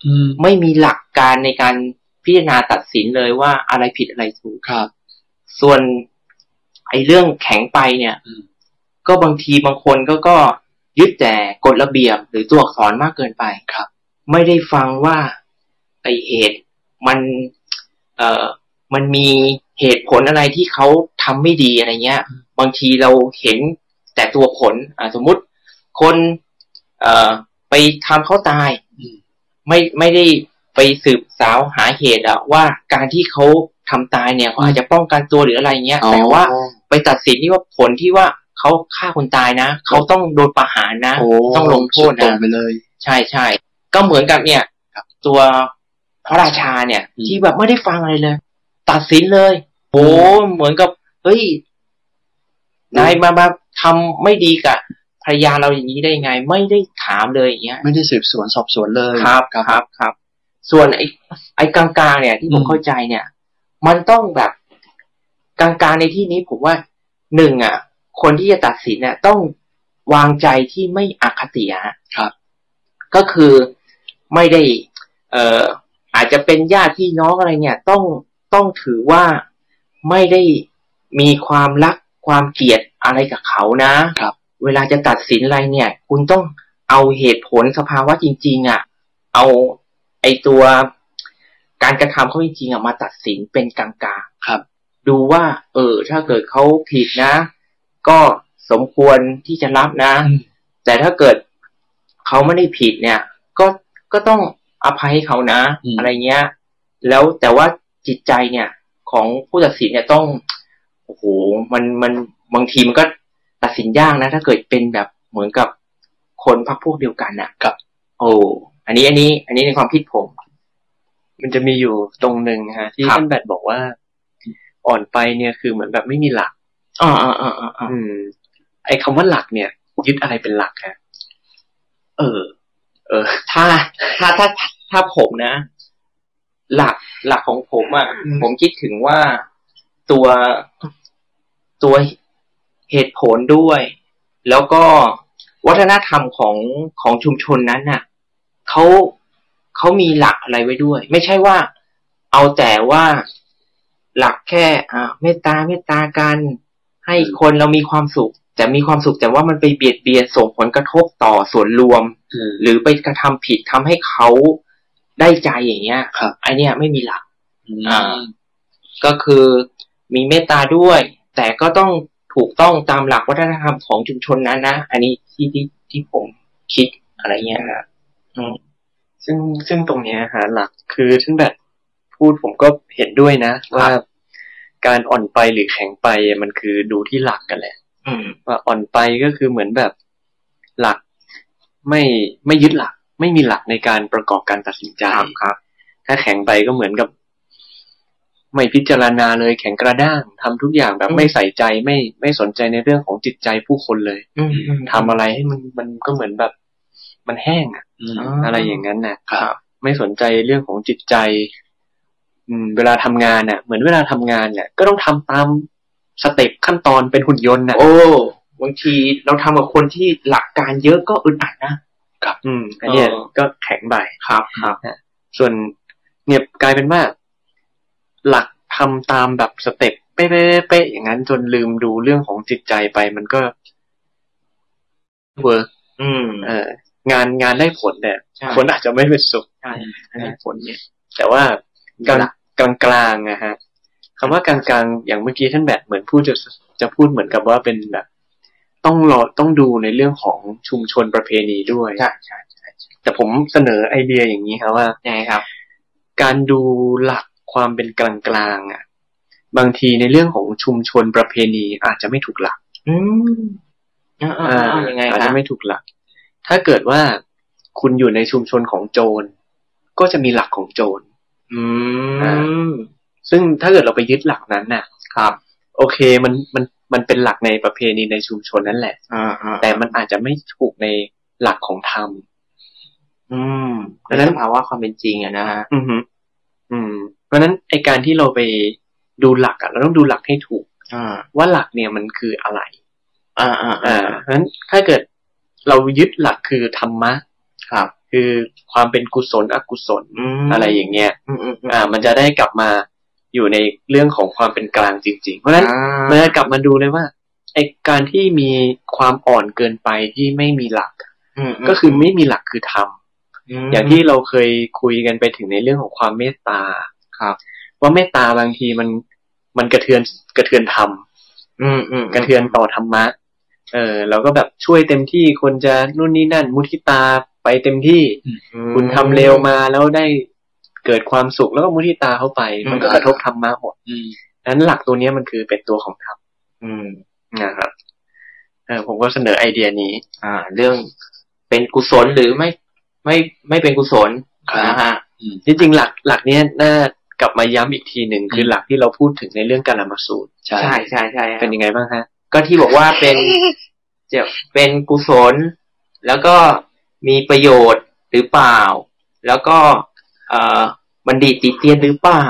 C: อืม
B: ไม่มีหลักการในการพิจารณาตัดสินเลยว่าอะไรผิดอะไรถูก
C: ครับ
B: ส่วนไอ้เรื่องแข็งไปเนี่ย
C: อืม
B: ก็บางทีบางคนก็ก็ยึดแต่กฎระเบียบหรือตัวอักษรมากเกินไปครับ ไม่ได้ฟังว่าไอเหตุมันเอ่อมันมีเหตุผลอะไรที่เขาทำไม่ดีอะไรเงี้ย บางทีเราเห็นแต่ตัวผลอ่ะสมมุติคนเอ่อไปทำเขาตาย
C: อืม
B: ไม่ไม่ได้ไปสืบสาวหาเหตุอะว่าการที่เขาทำตายเนี่ยเขาอาจจะป้องกันตัวหรืออะไรเงี้ย
C: อ๋อ
B: แต่ว่าไปตัดสินที่ว่าผลที่ว่าเขาฆ่าคนตายนะ เขาต้องโดนประหารนะ
C: โอ้
B: ต้องลงโทษ
C: สุดโต่
B: นะ
C: งไปเลย
B: ใช่ใช่ก็เหมือนกับเนี่ยตัวพระราชาเนี่ย
C: อืม
B: ที่แบบไม่ได้ฟังอะไรเลย ตัดสินเลยโอ้เหมือนกับเฮ้ยนายมามาทำไม่ดีกับภรรยาเราอย่างนี้ได้ยังไง ไม่ได้ถามเลยอย่างเงี้ย
C: ไม่ได้สืบสวนสอบสวนเลย
B: ครับ
C: ครับ
B: ครับครับ ส่วนไอ้ไอ้กลางๆเนี่ยที่ผ
C: อื
B: ม
C: ม
B: เข้าใจเนี่ย มันต้องแบบกลางๆในที่นี้ผมว่าหนึ่งอ่ะ คนที่จะตัดสินเนี่ยต้องวางใจที่ไม่อคติอะฮะ
C: ครับ
B: ก็คือไม่ได้ เอ่ออาจจะเป็นญาติพี่น้องอะไรเนี่ย ต้องต้องถือว่าไม่ได้มีความรักความเกลียดอะไรกับเขานะครับ เวลาจะตัดสินอะไรเนี่ย คุณต้องเอาเหตุผลสภาวะจริง ๆอะ่ะ เอาไอตัวการกระทำเขาจริงๆอะ่ะมาตัดสินเป็นกลาง
C: ครับ
B: ๆดูว่า เออ ถ้าเกิดเขาผิดนะ ก็สมควรที่จะรับนะ
C: อืม
B: แต่ถ้าเกิดเขาไม่ได้ผิดเนี่ย ก็ก็ต้องอภัยให้เขานะ
C: อืม
B: อะไรเงี้ย แล้วแต่ว่าจิตใจเนี่ย ของผู้ตัดสินเนี่ยต้องโอ้โหมันมันบางทีมันก็ตัดสินยากนะ ถ้าเกิดเป็นแบบเหมือนกับคนพรรคพวกเดียวกันน่ะ
C: ครับ
B: โอ้อันนี้อันนี้ อันนี้ในความคิดผม
D: ๆมันจะมีอยู่ตรงหนึ่งฮะที่
B: ครับ
D: ท่านแบดบอกว่า อ่อนไปเนี่ยคือเหมือนแบบไม่มีหลัก
B: อ่าอ่าอ่าอ่าอ่า
D: อืม ไอ้คำว่าหลักเนี่ย ยึดอะไรเป็นหลักฮะ
B: เออ เออ ถ้าถ้าถ้าถ้าผมนะ หลักหลักของผมอะ่ะ
D: อืม
B: ผมคิดถึงว่าตัวตัวเหตุผลด้วย แล้วก็วัฒนธรรมของของชุมชนนั้นน่ะเขาเขามีหลักอะไรไว้ด้วย ไม่ใช่ว่า เอาแต่ว่าหลักแค่ อ่าเมตตาเมตตากัน ให้คนเรามีความสุข แต่มีความสุขแต่ว่ามันไปเบียดเบียนส่งผลกระทบต่อส่วนรวม
C: อืม
B: หรือไปกระทำผิดทำให้เขาได้ใจอย่างเงี้ย
C: ครับ
B: ไอเนี้ยไม่มีหลัก
C: อ่า
B: ก็คือมีเมตตาด้วย แต่ก็ต้องถูกต้องตามหลักวัฒนธรรมของชุมชนนั้นนะ อันนี้ที่ที่ที่ผมคิดอะไรเงี้ยครับ
D: ซึ่งซึ่งตรงเนี้ยฮะหลักคือท่านแบบพูดผมก็เห็นด้วยนะ ว่าการอ่อนไปหรือแข็งไปมันคือดูที่หลักกันแหละ
B: อืม
D: ว่าอ่อนไปก็คือเหมือนแบบหลัก ไม่ไม่ยึดหลัก ไม่มีหลักในการประกอบการตัดสินใจ
B: ครับครับ
D: ถ้าแข็งไปก็เหมือนกับ ไม่พิจารณาเลยแข็งกระด้างทำทุกอย่างแบบ
B: อืม
D: ไม่ใส่ใจไม่ไม่สนใจในเรื่องของจิตใจผู้คนเลย
B: อืมอืม
D: ทำอะไรให้มันมันก็เหมือนแบบ มันแห้งอะ
C: อืม
D: อะไรอย่างนั้นนะครับ ไม่สนใจเรื่องของจิตใจ อืม เวลาทำงานน่ะ เหมือนเวลาทำงานเนี่ยก็ต้องทำตามสเต็ปขั้นตอนเป็นหุ่นยนต์น่ะ
B: โอ้บางทีเราทำกับคนที่หลักการเยอะก็อึดอัดนะ
D: อืมอันเนี้ย
B: เออ
D: ก็แข็งไป
B: ครับครับ
D: ส่วนเนี่ยกลายเป็นว่า หลักทำตามแบบสเต็ปเป๊ะๆๆอย่างนั้นจนลืมดูเรื่องของจิตใจไป มันก็เวิร์ก
B: อืม
D: เอองานงานได้ผลเนี่ย
B: ใช่
D: คนอาจจะไม่เป็นสุข
B: ใช่ให้ผลเนี่ย
D: แต่ว่า
B: มี
D: กลา
B: หลั
D: งกลางกลางๆนะฮะคำว่ากลางกลางๆอย่างเมื่อกี้ท่านแบบเหมือนพูดจะจะพูดเหมือนกับว่าเป็นแบบ ต้องรอต้องดูในเรื่องของชุมชนประเพณีด้วย
B: ใช่ใช่
D: แต่ผมเสนอไอเดียอย่างนี้ครับว่า
B: ยังไงครับ
D: การดูหลักความเป็นกลางๆอ่ะบางทีในเรื่องของชุมชนประเพณีอาจจะไม่ถูกหลัก
B: อืมอ่าอ่าอ่ายังไงค
D: อาจ
B: รับ
D: จะไม่ถูกหลัก ถ้าเกิดว่าคุณอยู่ในชุมชนของโจร ก็จะมีหลักของโจร
B: อื
D: อ่า
B: ม
D: ซึ่งถ้าเกิดเราไปยึดหลักนั้นน่ะ
B: ครับ
D: โอเคมันมันมันเป็นหลักในประเพณีในชุมชนนั่นแหละ
B: อ่าอ่า
D: แต่มันอาจจะไม่ถูกในหลักของธรรม
B: อืม
D: ดังนั้
B: นั้น นภาวะความเป็นจริงอะนะฮะ
D: อือฮึอืม เพราะฉะนั้นไอการที่เราไปดูหลักอ่ะเราต้องดูหลักให้ถูก
B: อ่า
D: ว่าหลักเนี่ยมันคืออะไร
B: อ่าอ่า
D: อ่าเพราะฉะนั้นถ้าเกิดเรายึดหลักคือธรรมะ
B: ครับ
D: คือความเป็นกุศลอกุศล
B: อืม
D: อะไรอย่างเงี้ย
B: อืมอืมอืม
D: อ่า มันจะได้กลับมาอยู่ในเรื่องของความเป็นกลางจริง ๆ เพราะฉะนั้น
B: อ่า
D: มันจะกลับมาดูเลยว่าไอการที่มีความอ่อนเกินไปที่ไม่มีหลัก
B: มม
D: ก็คือไม่มีหลักคือธรรม
B: ม
D: อย่างที่เราเคยคุยกันไปถึงในเรื่องของความเมตตา
B: ครับ
D: ว่าเมตตาบางทีมันมันกระเทือนกระเทือนธรรม
B: อืมอืม
D: กระเทือนต่อธรรมะ เออเราก็แบบช่วยเต็มที่คนจะนู่นนี่นั่น มุทิตาไปเต็มที่
B: อืม
D: คุณทำเร็วมาแล้วได้เกิดความสุขแล้วก็มุทิตาเข้าไป
B: อืม
D: มันก็กระทบธรรมะหมด
C: อืม
D: นั้นหลักตัวเนี้ยมันคือเป็นตัวของธรรม
B: อืม
D: นะครับเออผมก็เสนอไอเดียนี้
B: อ่า เรื่องเป็นกุศลหรือไม่ไม่ไม่เป็นกุศล
C: ครับ
B: นะฮะ
D: ที่จริงหลักหลักเนี้ยน่ากลับมาย้ำอีกทีหนึ่งคือหลักที่เราพูดถึงในเรื่องการมาสูตร
C: ใช่
B: ใช่ใช่ใช่ฮะ
D: เป็นยังไงบ้างฮะ
B: ก็ที่บอกว่าเป็นจะเป็นกุศล แล้วก็มีประโยชน์หรือเปล่า แล้วก็เอ่อบัณฑิตติเตียนหรือเปล่า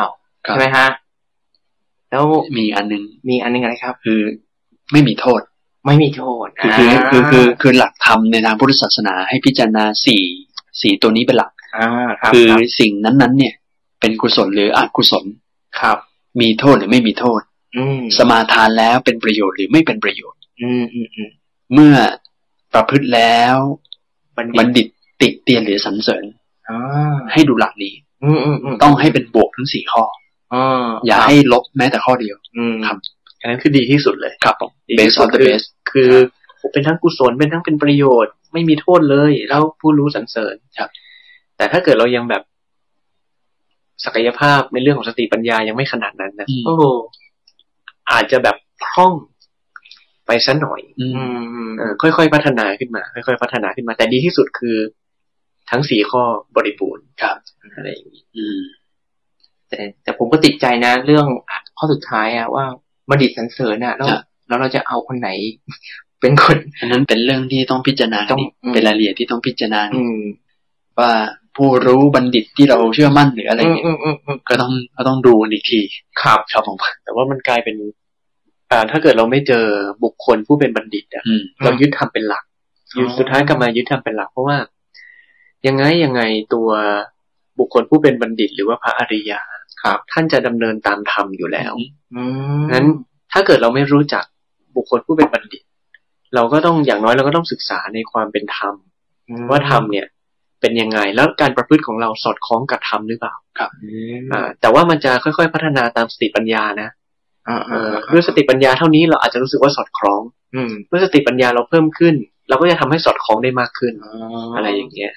C: ครับ
B: ใช่ไหมฮะ แล้ว
C: มีอันหนึง
B: มีอันหนึงอะไรครับ
C: คือไม่มีโทษ
B: ไม่มีโทษ
C: คือคือ
B: อ่า
C: คือคือคือหลักธรรมในทางพุทธศาสนาให้พิจารณาสี่สี่ตัวนี้เป็นหลัก
B: อ่าครับ
C: คือสิ่งนั้นๆเนี่ย เป็นกุศลหรืออกุศล
B: ครับ
C: มีโทษหรือไม่มีโทษ
B: อืม
C: สมาทานแล้วเป็นประโยชน์หรือไม่เป็นประโยชน์
B: อืมอืมอืม
C: เมื่อประพฤติแล้ว
B: บัณฑิ
C: บัณ
B: ต
C: ฑิตติเตียนหรือสรรเสริญ
B: อ่า
C: ให้ดูหลักนี้
B: อืมอืมอืม
C: ต้องให้เป็นบวกทั้งสี่ข้อ
B: อ่า
C: อย่าให้ลบแม้แต่ข้อเดียว
B: อืม
C: ครับ
D: อันนั้นคือดีที่สุดเลย
C: ครับผม based on the base
D: คือคือเป็นทั้งกุศลเป็นทั้งเป็นประโยชน์ ไม่มีโทษเลย แล้วผู้รู้สรรเสริญ
C: ครับ
D: แต่ถ้าเกิดเรายังแบบ ศักยภาพในเรื่องของสติปัญญายังไม่ขนาดนั้นนะ
C: อืม
B: โอ้
D: อาจจะแบบพร่องไปซะหน่อย
C: อื
B: อื
C: ม
B: มอืม
D: เออค่อยๆพัฒนาขึ้นมา ค่อยๆพัฒนาขึ้นมา แต่ดีที่สุดคือ ทั้งสี่ข้อบริบูรณ์
C: ครับ
D: อะไรอย่างนี้
C: อืม
B: แต่แต่ผมก็ติดใจนะ เรื่องข้อสุดท้ายอะว่าบัณฑิตสรรเสริญอะแล้วแล้วเราจะเอาคนไห
D: (laughs)
B: น เป็นคน
C: อันนั้นเป็นเรื่องที่ต้องพิจารณา
B: ต้อง
C: นี่
B: อืม
C: เป็นรายละเอียดที่ต้องพิจารณานี่
B: อืม
C: ว่าผู้รู้บัณฑิตที่เราเชื่อมั่นหรืออะไรเนี่ย
B: อืมอืมอืม
C: ก็ต้องก็ต้องดูกันอีกที
B: ครับ
C: ครับผม
D: แต่ว่ามันกลายเป็น อ่า ถ้าเกิดเราไม่เจอบุคคลผู้เป็นบัณฑิตอะ
C: อืม
D: เรายึดทำเป็นหลักยึดสุดท้ายกลับมายึดทำเป็นหลัก เพราะว่า ยังไงยังไงตัวบุคคลผู้เป็นบัณฑิต หรือว่าพระอริยาครับ ท่านจะดำเนินตามธรรมอยู่แล้ว
B: อืม
D: นั้นถ้าเกิดเราไม่รู้จักบุคคลผู้เป็นบัณฑิต เราก็ต้องอย่างน้อยเราก็ต้องศึกษาในความเป็นธรรมว่าธรรมเนี่ย เป็นยังไงแล้วการประพฤติของเราสอดคล้องกับธรรมหรือเปล่า
B: อ่า
D: อ่าแต่ว่ามันจะค่อยๆ พัฒนาตามสติปัญญานะ
B: อ่า
D: เออด้วยสติปัญญาเท่านี้เราอาจจะรู้สึกว่าสอดคล้อง
B: อืม
D: เมื่อสติปัญญาเราเพิ่มขึ้น เราก็จะทำให้สอดคล้องได้มากขึ้น อะไรอย่างเงี้ย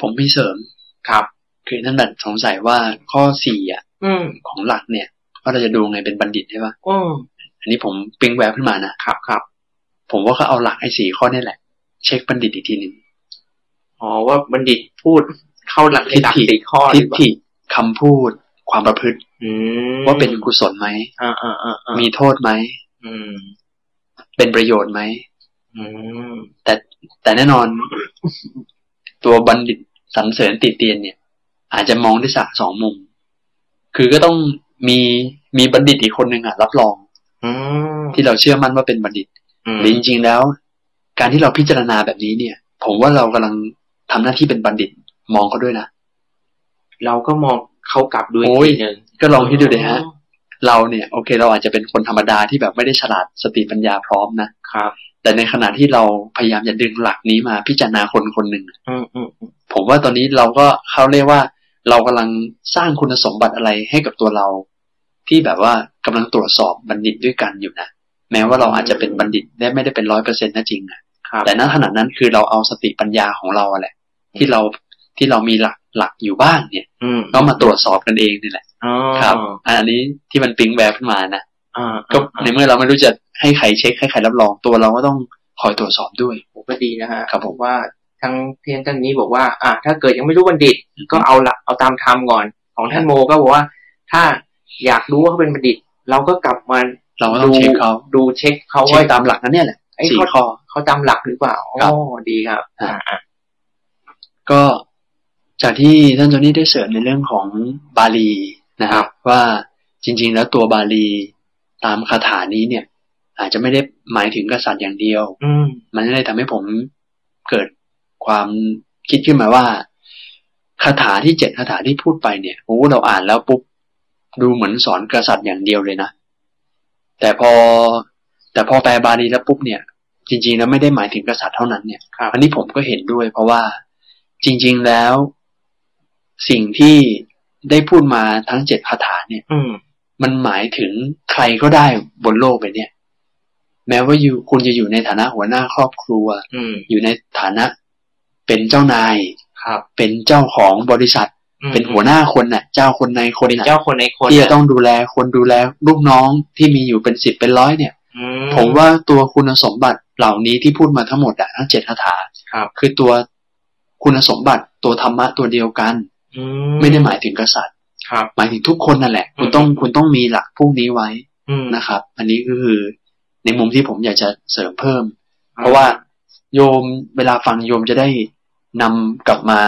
C: ผมมีเสริม
B: ครับ
C: คือท่านแบบสงสัยว่าข้อสี่อ่ะ
B: อืม
C: ของหลักเนี่ยว่าเราจะดูไงเป็นบัณฑิตใช่ปะ
B: โอ้
C: อันนี้ผมปิ๊งแวบขึ้นมานะครับ
B: ครับ
C: ผมว่าเขาเอาหลักไอ้สี่ข้อนี่แหละ เช็คบัณฑิตอีกทีหนึ่ง
B: อ๋อว่าบัณฑิตพูดเข้าหลักในหลัก
C: ทิฏฐิ
B: สี่ข้อห
C: ทิ
B: รื
C: ฏ
B: อเปล่า
C: ฐิคำพูด ความประพฤติ
B: อืม
C: ว่าเป็นกุศลไหม
B: อ่าอ่าอ่าอ่า
C: มีโทษไหม
B: อืม
C: เป็นประโยชน์ไหม
B: อืม
C: แต่แน่นอน ตัวบัณฑิตสรรเสริญติเตียนเนี่ย อาจจะมองได้สะสองมุม คือก็ต้องมีมีบัณฑิตอีกคนหนึ่งอ่ะรับรอง
B: อืม
C: ที่เราเชื่อมั่นว่าเป็นบัณฑิต
B: อืม
C: หรือจริงๆแล้ว การที่เราพิจารณาแบบนี้เนี่ย ผมว่าเรากำลังทำหน้าที่เป็นบัณฑิตมองเขาด้วยนะ
B: เราก็มองเขากลับด้วยอีก
C: โอ้ย
B: ทีหนึ่ง
C: ก็ลองคิดดูดิฮะ เราเนี่ย โอเค เราอาจจะเป็นคนธรรมดาที่แบบไม่ได้ฉลาดสติปัญญาพร้อมนะ
B: ครับ
C: แต่ในขณะที่เราพยายามจะดึงหลักนี้มาพิจารณาคนคนหนึ่ง
B: อืมอืมอืม
C: ผมว่าตอนนี้เราก็เขาเรียกว่า เรากำลังสร้างคุณสมบัติอะไรให้กับตัวเรา ที่แบบว่ากำลังตรวจสอบบัณฑิตด้วยกันอยู่นะแม้ว่าเราอาจจะเป็นบัณฑิตและไม่ได้เป็นร้อยเปอร์เซ็นต์นะจริงนะครับ แต่ณขณะนั้นคือเราเอาสติปัญญาของเราอะแหละที่เราที่เรามีหลักหลักอยู่บ้างเนี่ย
B: อืม
C: ก็มาตรวจสอบกันเองนี่แหละ
B: อ๋อ
C: ครับ อันนี้ที่มันปิ๊งแวบขึ้นมานะ
B: อ่า
C: ก็
B: อ่า
C: ในเมื่อเราไม่รู้จะให้ใครเช็คให้ใครรับรองตัวเราก็ต้องคอยตรวจสอบด้วย
B: ผมก็ดีนะฮะ
C: ครับผม
B: ว่าทั้งเพียนทั้งนี้บอกว่า อ่า ถ้าเกิดยังไม่รู้บัณฑิต ก็เอาละเอาตามธรรมก่อน ของท่านโมก็บอกว่า ถ้าอยากรู้ว่าเขาเป็นบัณฑิต เราก็กลับมา
C: เราก็ต้องเช็คเขา
B: ดูเช็คเขา
C: เช็
B: ว่า
C: คตามหลักนั้นเนี่ยแหละ
B: เย
C: สี่
B: เขา
C: ข้อ
B: เขาตามหลักหรือเปล่า
C: ครั
B: อ๋
C: บ
B: อดีครับ อ่าอ่า
C: ก็จากที่ท่านโจนี่ได้เสริมในเรื่องของบาลีนะครับ ว่าจริง ๆ แล้วตัวบาลีตามคาถานี้เนี่ย อาจจะไม่ได้หมายถึงกษัตริย์อย่างเดียว
B: อืม
C: มันเลยทำให้ผมเกิดความคิดขึ้นมาว่าคาถาที่เจ็ดคาถาที่พูดไปเนี่ยโอ้เราอ่านแล้วปุ๊บดูเหมือนสอนกษัตริย์อย่างเดียวเลยนะ แต่พอ แต่พอแปลบาลีแล้วปุ๊บเนี่ย จริงๆแล้วไม่ได้หมายถึงกษัตริย์เท่านั้นเนี่ย
B: ครับ
C: อันนี้ผมก็เห็นด้วย เพราะว่าจริง ๆแล้ว สิ่งที่ได้พูดมาทั้งเจ็ดคาถาเนี่ย
B: อืม
C: มันหมายถึงใครก็ได้บนโลกไปเนี่ย แม้ว่าอยู่คุณจะอยู่ในฐานะหัวหน้าครอบครัว
B: อืม
C: อยู่ในฐานะเป็นเจ้านาย
B: ครับ
C: เป็นเจ้าของบริษัท
B: อืม
C: เป็นหัวหน้าคนน่ะ เจ้าคนในคน
B: เป็น
C: น่ะ
B: เจ้าคนในคน
C: ที่จะต้องดูแลคนดูแลลูกน้องที่มีอยู่เป็นสิบเป็นร้อยเนี่ย
B: อืม
C: ผมว่าตัวคุณสมบัติเหล่านี้ที่พูดมาทั้งหมดอะทั้งเจ็ดคาถา
B: ครับ
C: คือตัวคุณสมบัติตัวธรรมะตัวเดียวกัน
B: อื
C: ไม่ได้หมายถึงกษัตริย์
B: ครับ
C: หมายถึงทุกคนนั่นแหละ คุณต้องคุณต้องมีหลักพวกนี้ไว้
B: อืม
C: นะครับ อันนี้ก็คือในมุมที่ผมอยากจะเสริมเพิ่ม
B: อ่า
C: เพราะว่าโยมเวลาฟังโยมจะได้นำกลับมา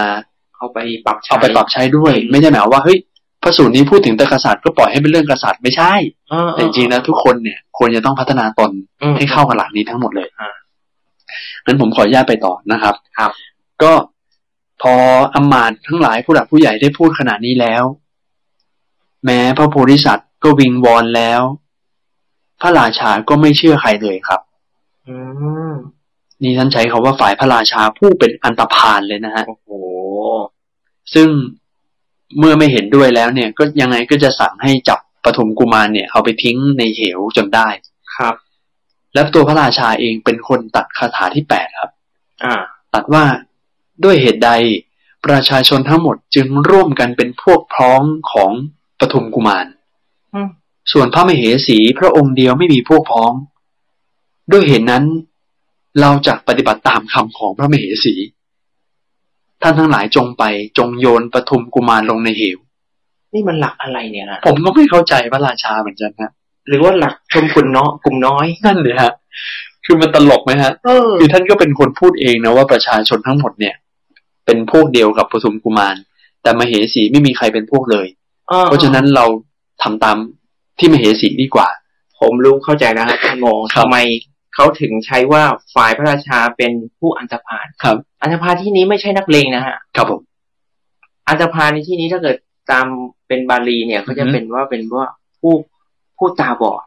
B: เอาไปปรับใช้
C: เอาไปปรับใช้ด้วย ไม่ใช่หมายความว่าเฮ้ยพระสูตรนี้พูดถึงแต่กษัตริย์ก็ปล่อยให้เป็นเรื่องกษัตริย์ไม่ใช่
B: เออ
C: แต่จริงๆแล้วทุกคนเนี่ยควรจะต้องพัฒนาตน
B: อืม
C: ให้เข้ากับหลักนี้ (laughs) ทั้งหมดเลย
B: อ่า
C: งั้นผมขออนุญาตไปต่อนะครับ
B: ครับ
C: ก็พออำมาตย์ทั้งหลายผู้หลักผู้ใหญ่ได้พูดขนาดนี้แล้ว แม้พระโพธิสัตว์ก็วิงวอนแล้ว พระราชาก็ไม่เชื่อใครเลยครับ
B: อืม
C: นี่ท่านใช้คาว่าฝ่ายพระราชาผู้เป็นอันตรพานเลยนะฮะ
B: โอ้โห
C: ซึ่งเมื่อไม่เห็นด้วยแล้วเนี่ย ก็ยังไงก็จะสั่งให้จับปฐมกุมารเนี่ย เอาไปทิ้งในเหวจนได้
B: ครับ
C: และตัวพระราชาเองเป็นคนตัดคาถาที่แปดครับ
B: อ่า
C: ตัดว่าด้วยเหตุใดประชาชนทั้งหมดจึงร่วมกันเป็นพวกพ้องของปฐุมกุมาร
B: อืม
C: ส่วนพระมเหสีพระองค์เดียวไม่มีพวกพ้อง ด้วยเหตุนั้น เราจะปฏิบัติตามคำของพระมเหสี ท่านทั้งหลายจงไปจงโยนปฐุมกุมารลงในเหว
B: นี่มันหลักอะไรเนี่ยฮะ
C: ผมก็ไม่เข้าใจพระราชาเหมือนกันนะ
B: หรือว่าหลักชมคุณเนาะกลุ่มน้อย
C: นั่นเลยฮะ คือมันตลกไหมฮะ
B: เออ
C: คือท่านก็เป็นคนพูดเองนะว่าประชาชนทั้งหมดเนี่ย เป็นพวกเดียวกับปฐุมกุมาร แต่มเหสีไม่มีใครเป็นพวกเลย เพราะฉะนั้นเราทำตามที่มเหสีดีกว่า
B: ผมรู้เข้าใจแล้วครับท่านโม
C: ครั
B: ทำ
C: บ
B: ไมเขาถึงใช้ว่าฝ่ายพระราชาเป็นผู้อันธพาล
C: ครับ
B: อันธพาลที่นี้ไม่ใช่นักเลงนะฮะ
C: ครับผม
B: อันธพาลในที่นี้ถ้าเกิดตามเป็นบาลีเนี่ยเขาจะ
C: อือฮึ
B: เป็นว่าเป็นว่าผู้ผู้ตาบอด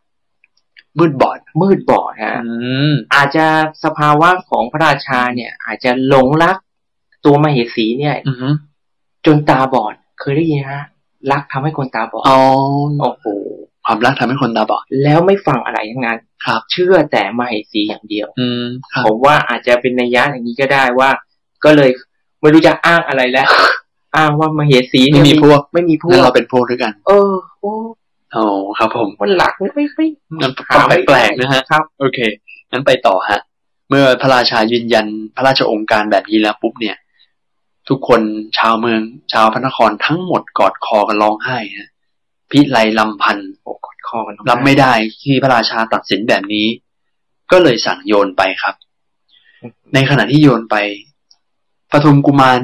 C: มืดบอด
B: มืดบอดฮะ
C: อืม
B: อาจจะสภาวะของพระราชาเนี่ย อาจจะหลงรักตัวมเหสีเนี่ย
C: อือฮึ
B: จนตาบอด เคยได้ยินฮะ รักทำให้คนตาบอด
C: เอา
B: โอ้โห
C: ความรักทำให้คนตาบอด
B: แล้วไม่ฟังอะไรทั้งนั้น
C: ครับ
B: เชื่อแต่มเหสีอย่างเดียว
C: อืมครับ
B: ผมว่าอาจจะเป็นนัยยะอย่างนี้ก็ได้ว่า ก็เลยไม่รู้จะอ้างอะไรแล้ว (laughs) อ้างว่ามเหสี
C: ไม่
B: เนี่ย
C: มีพวก
B: ไม่มีพว
C: งั้นเรา
B: ก
C: เป็นพวกด้วยกัน
B: เออโอ้
C: โอ้ครับผม
B: มันหลักไม่ไม่ไม่
C: นั่นแปลกๆนะฮะ
B: ครับ
C: โอเค งั้นไปต่อฮะ เมื่อพระราชายืนยันพระราชองค์การแบบนี้แล้วปุ๊บเนี่ย ทุกคนชาวเมืองชาวพระนครทั้งหมดกอดคอกันร้องไห้ฮะพิไลลำพันธ์
D: กอดคอกัน
C: รับไม่ได้ที่พระราชาตัดสินแบบนี้ ก็เลยสั่งโยนไปครับ ในขณะที่โยนไปปทุมกุมารจ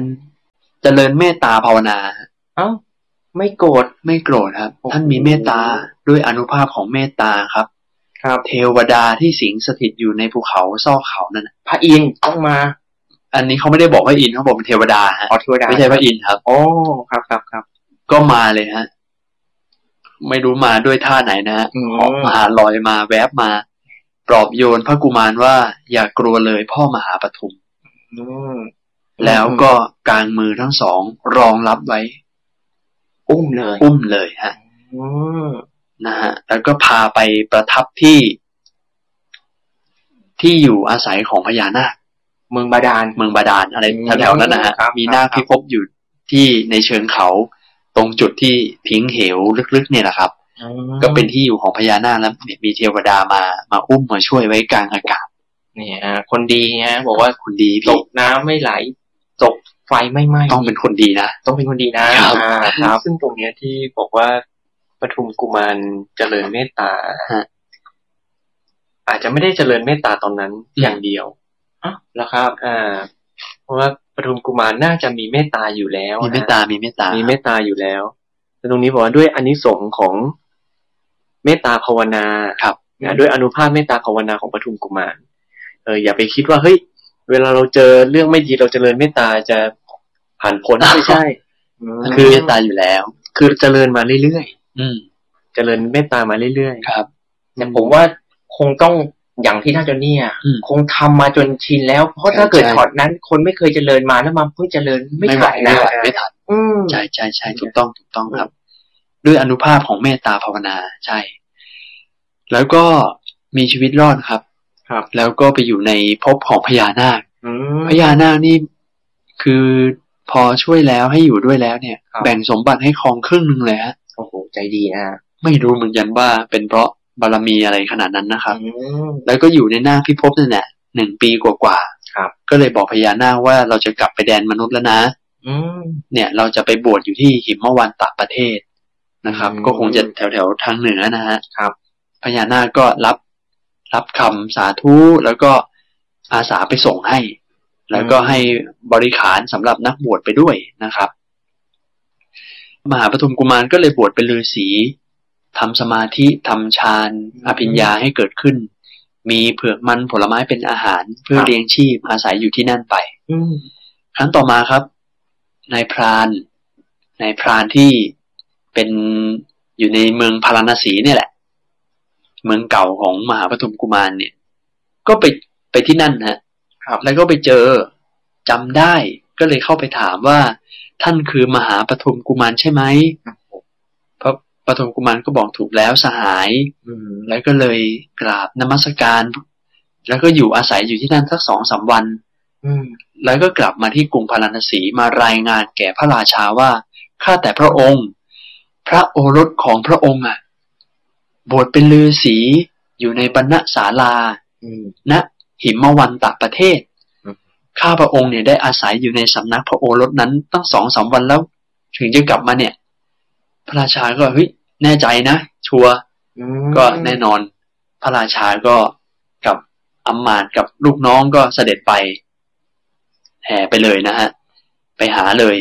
C: เจริญเมตตาภาวนา
B: เอ้าไม่โกรธ
C: ไม่โกรธครับ
B: โอ้โห
C: ท่านมีเมตตาด้วยอนุภาพของเมตตาครับ
B: ครับ
C: เทวดาที่สิงสถิตอยู่ในภูเขาซอกเขานั่นน่ะ
B: พระอินทร์ต้องมา
C: อันนี้เขาไม่ได้บอกว่าอินทร์เขาบอกเป็นเทวดาฮะ
B: อ๋อเทวดา
C: ไม่ใช่พระอินทร์ครับ
B: โอ้ครับครับครับ
C: ก็มาเลยฮะ ไม่รู้มาด้วยท่าไหนนะฮะ
B: อืม
C: เหาะมาลอยมาแวบมาปลอบโยนพระกุมารว่า อย่ากลัวเลยพ่อมหาปฐุม
B: อืม
C: แล้วก็กางมือทั้งสองรองรับไว้
B: อุ้มเลย
C: อุ้มเลยฮะ
B: อืม
C: นะฮะแล้วก็พาไปประทับที่ ที่อยู่อาศัยของพญานาค
B: เมืองบาดาล
C: เมืองบาดาลอะไร
B: อืม
C: แถวๆนั้นนะฮะ
B: ครับ
C: มี
B: ครับ
C: นาคพิภพอยู่ที่ในเชิงเขา ตรงจุดที่ทิ้งเหวลึกๆเนี่ยแหละครับ ก็เป็นที่อยู่ของพญานาคแล้วเนี่ยมีเทวดามามาอุ้มมาช่วยไว้กลางอากาศ
B: เนี่ยฮะคนดีฮะบอกว่า
C: คนดี
B: ต
C: พี่
B: กน้ำไม่ไหลตกไฟไม่ไหม้
C: ต้องเป็นคนดีนะ
B: ต้องเป็นคนดีนะครับ อ่าครับ
D: ซึ่งตรงเนี้ยที่บอกว่าปทุมกุมารเจริญเมตตา
C: ฮะ
D: อาจจะไม่ได้เจริญเมตตาตอนนั้นอย่างเดียว
B: อ้าว
D: แล้วครับ อ่า เพราะว่าปทุมกุมารน่าจะมีเมตตาอยู่แล้ว
C: มีเมตตามีเมตตา
D: ฮะ
C: มี
D: มีเมตตาอยู่แล้วแต่ตรงนี้บอกว่าด้วยอานิสงส์ของเมตตาภาวนา
C: ครับ
D: นะด้วยอนุภาพเมตตาภาวนาของปทุมกุมาร เอออย่าไปคิดว่าเฮ้ย เวลาเราเจอเรื่องไม่ดีเราจเจริญเมตตาจะผ่านพ้น ไม่ใช่
C: คือเมตตาอยู่แล้ว
D: คือจเจริญมาเรื่อย
C: อืม
D: ๆ เจริญเมตตามาเรื่อย
C: ครับ
B: แต่ผมว่าคงต้องอย่างที่ท่านเจ้าเนี่ย
C: อืม
B: คงทำมาจนชินแล้ว เพราะถ้าเกิด
C: ใช่
B: ช็อตนั้น คนไม่เคยเจริญมาแล้วมาเพิ่งเจริญไม่
C: ไม่ไหว
B: ถ่าย
C: ไม่
B: นะ
C: ไหวไม่ทัน
B: อืม
C: ใช่ใช่ใช่ถูกต้องถูกต้องครับ ด้วยอนุภาพของเมตตาภาวนาใช่ แล้วก็มีชีวิตรอดครับ
D: ๆ ครับ
C: แล้วก็ไปอยู่ในภพของพญานาค
D: อืม
C: พญานาคนี่คือพอช่วยแล้วให้อยู่ด้วยแล้วเนี่ย
D: ครับ
C: แบ่งสมบัติให้ครองครึ่งหนึ่งเลยฮะ
B: โอ้โห ใจดีนะ
C: ไม่รู้เหมือนกันว่าเป็นเพราะบารมีอะไรขนาดนั้นนะครับ
B: อืม
C: แล้วก็อยู่ในนาคพิภพนั่นแหละหนึ่งปีกว่าๆ
B: ครับ
C: ก็เลยบอกพญานาคว่าเราจะกลับไปแดนมนุษย์แล้วนะ
B: อืม
C: เนี่ยเราจะไปบวชอยู่ที่หิมวันตประเทศนะครับ
B: อืม
C: ก็คงจะแถวแถวๆทางเหนือนะฮะ
B: ครับ
C: พญานาคก็รับรับคำสาธุแล้วก็อาสาไปส่งให้ แล้วก็ให้บริขารสำหรับนักบวชไปด้วยนะครับ มหาปฐมกุมารก็เลยบวชเป็นฤาษีทำสมาธิทำฌานอภิญญาให้เกิดขึ้น มีเผือกมันผลไม้เป็นอาหารเพื่อเลี้ยงชีพอาศัยอยู่ที่นั่นไป
B: อืม
C: ครั้งต่อมาครับนายพรานนายพรานที่เป็นอยู่ในเมืองพาราณสีเนี่ยแหละ เมืองเก่าของมหาปฐมกุมารเนี่ย ก็ไปไปที่นั่นฮะ
B: ครับ
C: แล้วก็ไปเจอจำได้ ก็เลยเข้าไปถามว่า ท่านคือมหาปฐมกุมารใช่ไหมพระปฐมกุมารก็บอกถูกแล้วสหาย
B: อืม
C: แล้วก็เลยกราบนมัสการ แล้วก็อยู่อาศัยอยู่ที่นั่นสักสองสามวัน
B: อืม
C: แล้วก็กลับมาที่กรุงพาราณสีมารายงานแก่พระราชาว่าข้าแต่พระองค์ พระโอรสของพระองค์อ่ะ บวชเป็นลือสีอยู่ในบรรณศาลา
B: อืม
C: ณหิมวันตประเทศ
B: อืม
C: ข้าพระองค์เนี่ยได้อาศัยอยู่ในสำนักพระโอรสนั้นตั้งสองสามวันแล้ว ถึงจะกลับมาเนี่ย พระราชาก็เฮ้ยแน่ใจนะ ชัวร์
B: อื
C: ก็แน่นอนพระราชาก็กับอำมาตย์กับลูกน้องก็เสด็จไป แห่ไปเลยนะฮะ ไปหาเลย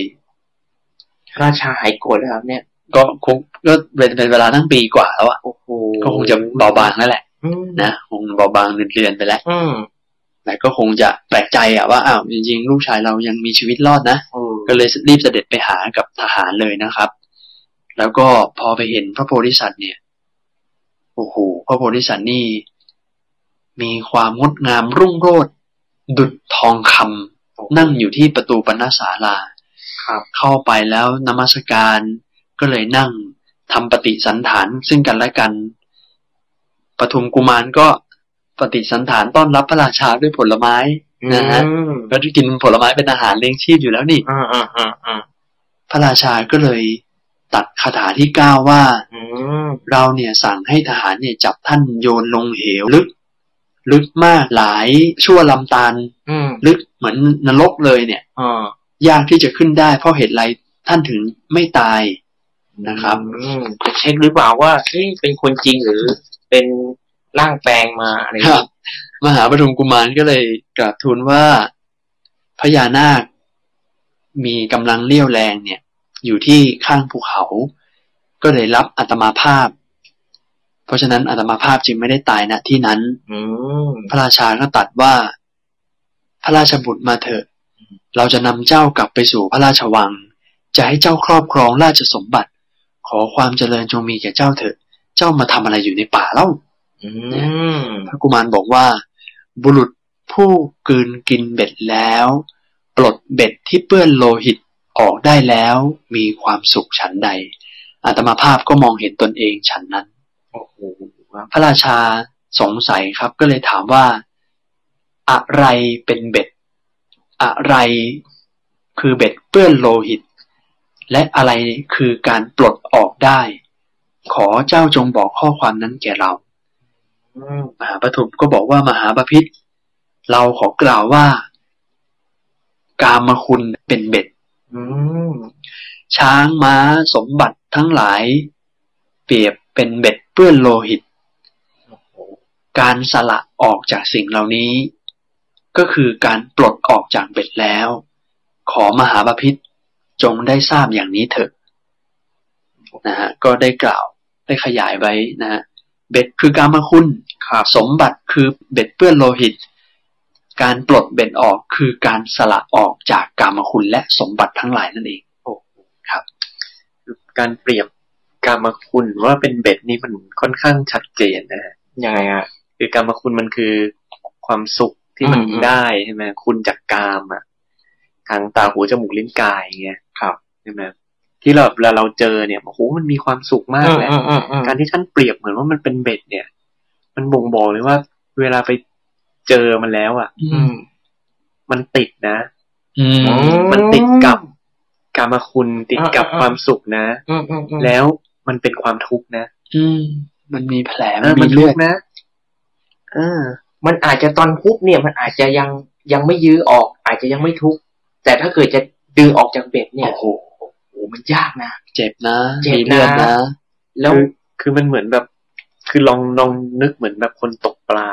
B: ราชาหายโกรธแล้วครับเนี่ย
C: ก็คงก็เป็นเป็นเวลาตั้งปีกว่าแล้วอะ
B: โอ้โห
C: ก็คงจะเบาบางแล้วแหละ
B: อืม
C: นะคงเบาบางเรือนๆไปแล้ว
B: อืม
C: แต่ก็คงจะแปลกใจอะว่าอ้าวจริงๆลูกชายเรายังมีชีวิตรอดนะ
B: โอ้
C: ก็เลยรีบเสด็จไปหากับทหารเลยนะครับ แล้วก็พอไปเห็นพระโพธิสัตว์เนี่ย โอ้โห พระโพธิสัตว์นี่ มีความงดงามรุ่งโรจน์ดุจทองคำนั่งอยู่ที่ประตูปณศาลา
B: ครับ
C: เข้าไปแล้วนมัสการก็เลยนั่งทำปฏิสันฐานซึ่งกันและกันปฐุมกุมารก็ปฏิสันฐานต้อนรับพระราชาด้วยผลไม้นะฮะ
B: อืม
C: ก็ได้กินผลไม้เป็นอาหารเลี้ยงชีพอยู่แล้วนี่
B: อ่าอ่าอ่าอ่า
C: พระราชาก็เลยตัดคาถาที่เก้าว่า
B: อืม
C: เราเนี่ยสั่งให้ทหารเนี่ยจับท่านโยนลงเหวลึก ลึกมากหลายชั่วลำตาล
B: อืม
C: ลึกเหมือนนรกเลยเนี่ย
B: อ่า
C: ยากที่จะขึ้นได้ เพราะเหตุไรท่านถึงไม่ตายนะครับ
B: อืมจะเช็คหรือเปล่าว่าเอ้ยเป็นคนจริงหรือเป็นร่างแปลงมาอะไรอย่าง
C: ครั
B: งี้
C: บ มหาปฐมกุมารก็เลยกราบทูลว่าพญานาค มีกำลังเลี้ยวแรงเนี่ย อยู่ที่ข้างภูเขา ก็เลยรับอัตมาภาพ เพราะฉะนั้นอัตมาภาพจึงไม่ได้ตายณที่นั้น
B: อืม
C: พระราชาก็ตรัดว่า พระราชบุตรมาเถอะ เราจะนำเจ้ากลับไปสู่พระราชวัง จะให้เจ้าครอบครองราชสมบัติ ขอความเจริญจงมีแก่เจ้าเถอะ เจ้ามาทำอะไรอยู่ในป่าเล่า
B: อืม
C: พระกุมารบอกว่า บุรุษผู้กลืนกินเบ็ดแล้ว ปลดเบ็ดที่เปื้อนโลหิตออกได้แล้ว มีความสุขฉันใดอาตมาภาพก็มองเห็นตนเองฉันนั้น
B: โอ้โห
C: พระราชาสงสัยครับก็เลยถามว่า อะไรเป็นเบ็ด อะไรคือเบ็ดเปื้อนโลหิต และอะไรคือการปลดออกได้ ขอเจ้าจงบอกข้อความนั้นแก่เรา
B: อืม
C: มหาปฐมก็บอกว่ามหาปพิธเราขอกล่าวว่า กามคุณเป็นเบ็ด
B: อืม
C: ช้างม้าสมบัติทั้งหลาย เปรียบเป็นเบ็ดเปื้อนโลหิต การสละออกจากสิ่งเหล่านี้ ก็คือการปลดออกจากเบ็ดแล้ว ขอมหาบาพิษจงได้ทราบอย่างนี้เถอะนะฮะก็ได้กล่าวได้ขยายไว้นะฮะเบ็ดคือการมาคุณสมบัติคือเบ็ดเปื้อนโลหิต การปลดเบ็ดออกคือการสละออกจากกามคุณและสมบัติทั้งหลายนั่นเอง
D: การเปรียบการมาคุณว่าเป็นเบ็ดนี่มันค่อนข้างชัดเจนนะฮะ
B: ยังไงอ่ะ
D: คือกรรมคุณมันคือความสุขที่มัน
B: อืม
D: ได้ใช่ไหมคุณจากกามอ่ะทางตาหูจมูกลิ้นกายอย่างเงี้ยครับใช่ไหมที่เราเวลาเราเจอเนี่ยโอ้โหมันมีความสุขมากแล้ว
B: กา
D: การรที่ท่านเปรียบเหมือนว่ามันเป็นเบ็ดเนี่ย มันบ่งบอกเลยว่า เวลาไปเจอมันแล้วอ่ะ
B: อืม
D: มันติดนะ
C: อืม
B: อ๋อ
D: มันติดกับกามคุณติดกับ
B: อ่าๆๆ
D: ความสุขนะ
B: อืมอืมอืม
D: แล้วมันเป็นความทุกข์นะ
C: อืม มันมีแผล
D: เออ
C: มั
D: มัน
C: มี
D: นทุ
C: เลื
D: ก
C: อด
D: ข์นะเออ
B: มันอาจจะตอนทุบเนี่ยมันอาจจะยังยังไม่ยื้อออก อาจจะยังไม่ทุบแต่ถ้าเกิดจะดึงออกจากเบ็ดเนี่ย
C: โอ้โห
B: โอ้โหมันยากนะ
C: เจ็บนะ
B: เจ็บนะ
C: มีเลือดนะ
B: แล้ว
D: คือคือมันเหมือนแบบ คือลองลองนึกเหมือนแบบคนตกปลา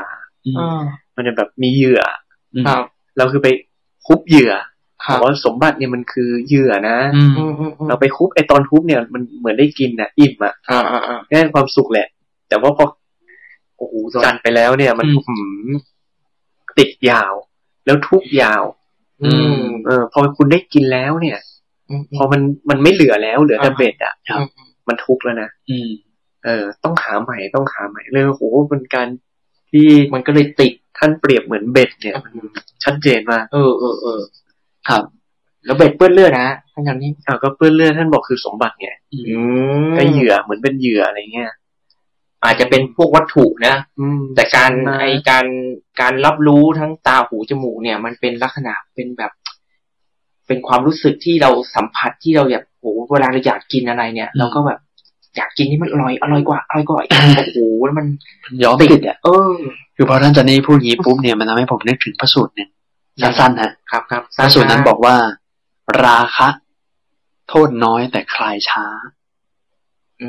C: อืม
B: อ่า
D: มันจะแบบมีเหยื่อ
B: ครับ
D: เราคือไปคุบเหยื่อ
B: ครั
D: แต่
B: บ
D: ว่าสมบัติเนี่ยมันคือเหยื่อนะ
C: อืม
B: อืมอืมอืม
D: เราไปคุบไอตอนคุบเนี่ยมันเหมือนได้กินนะอิ่มอ่ะ
B: อ่าอ่าอ่า
D: แน่นความสุขแหละ แต่ว่าพอโอ้โหจันไปแล้วเนี่ย มันหืมติดยาว แล้วทุกข์ยาว
B: อืม
D: เออ พอคุณได้กินแล้วเนี่ย
B: อืม
D: พอมันมันไม่เหลือแล้วเหลือแต่เบ็ดอ่ะ
B: ครับ
D: มันทุกข์แล้วนะ
C: อืม
D: เออ ต้องหาใหม่ต้องหาใหม่เลยโอ้โหเป็นการที่
B: มันก็เลยติด
D: ท่านเปรียบเหมือนเบ็ดเนี่ยมันชัดเจนมาก
B: เออเออเออ
C: ครับ
B: แล้วเบ็ดเปื้อนเลือดนะทั้งอย่างนี้
D: อ่าก็เปื้อนเลือดท่านบอกคือสมบัติไงก็เหยื่อเหมือนเป็นเหยื่ออะไรเงี้ย
B: อาจจะเป็นพวกวัตถุนะ
D: อืม
B: แต่การ
D: มา
B: ไอการการรับรู้ทั้งตาหูจมูกเนี่ย มันเป็นลักษณะเป็นแบบ เป็นความรู้สึกที่เราสัมผัสที่เราอยากโอ้โหเวลาเราอยากกินอะไรเนี่ย เราก็แบบ อยากกินนี่มันอร่อยอร่อยกว่าอร่อยกว่าอีกโอ้โหแล้วมัน
C: ย้อมติดอ่ะ
B: เออ
C: คือพอท่านจันนี้พูดอย่างนี้ปุ๊บเนี่ยมันทำให้ผมนึกถึงพระสูตรหนึ่ง
B: ครับ
C: สั้นๆฮะ
B: ครับครับ
C: พระสูตรนั้นบอกว่า ราคะ โทษน้อยแต่คลายช้า
B: อื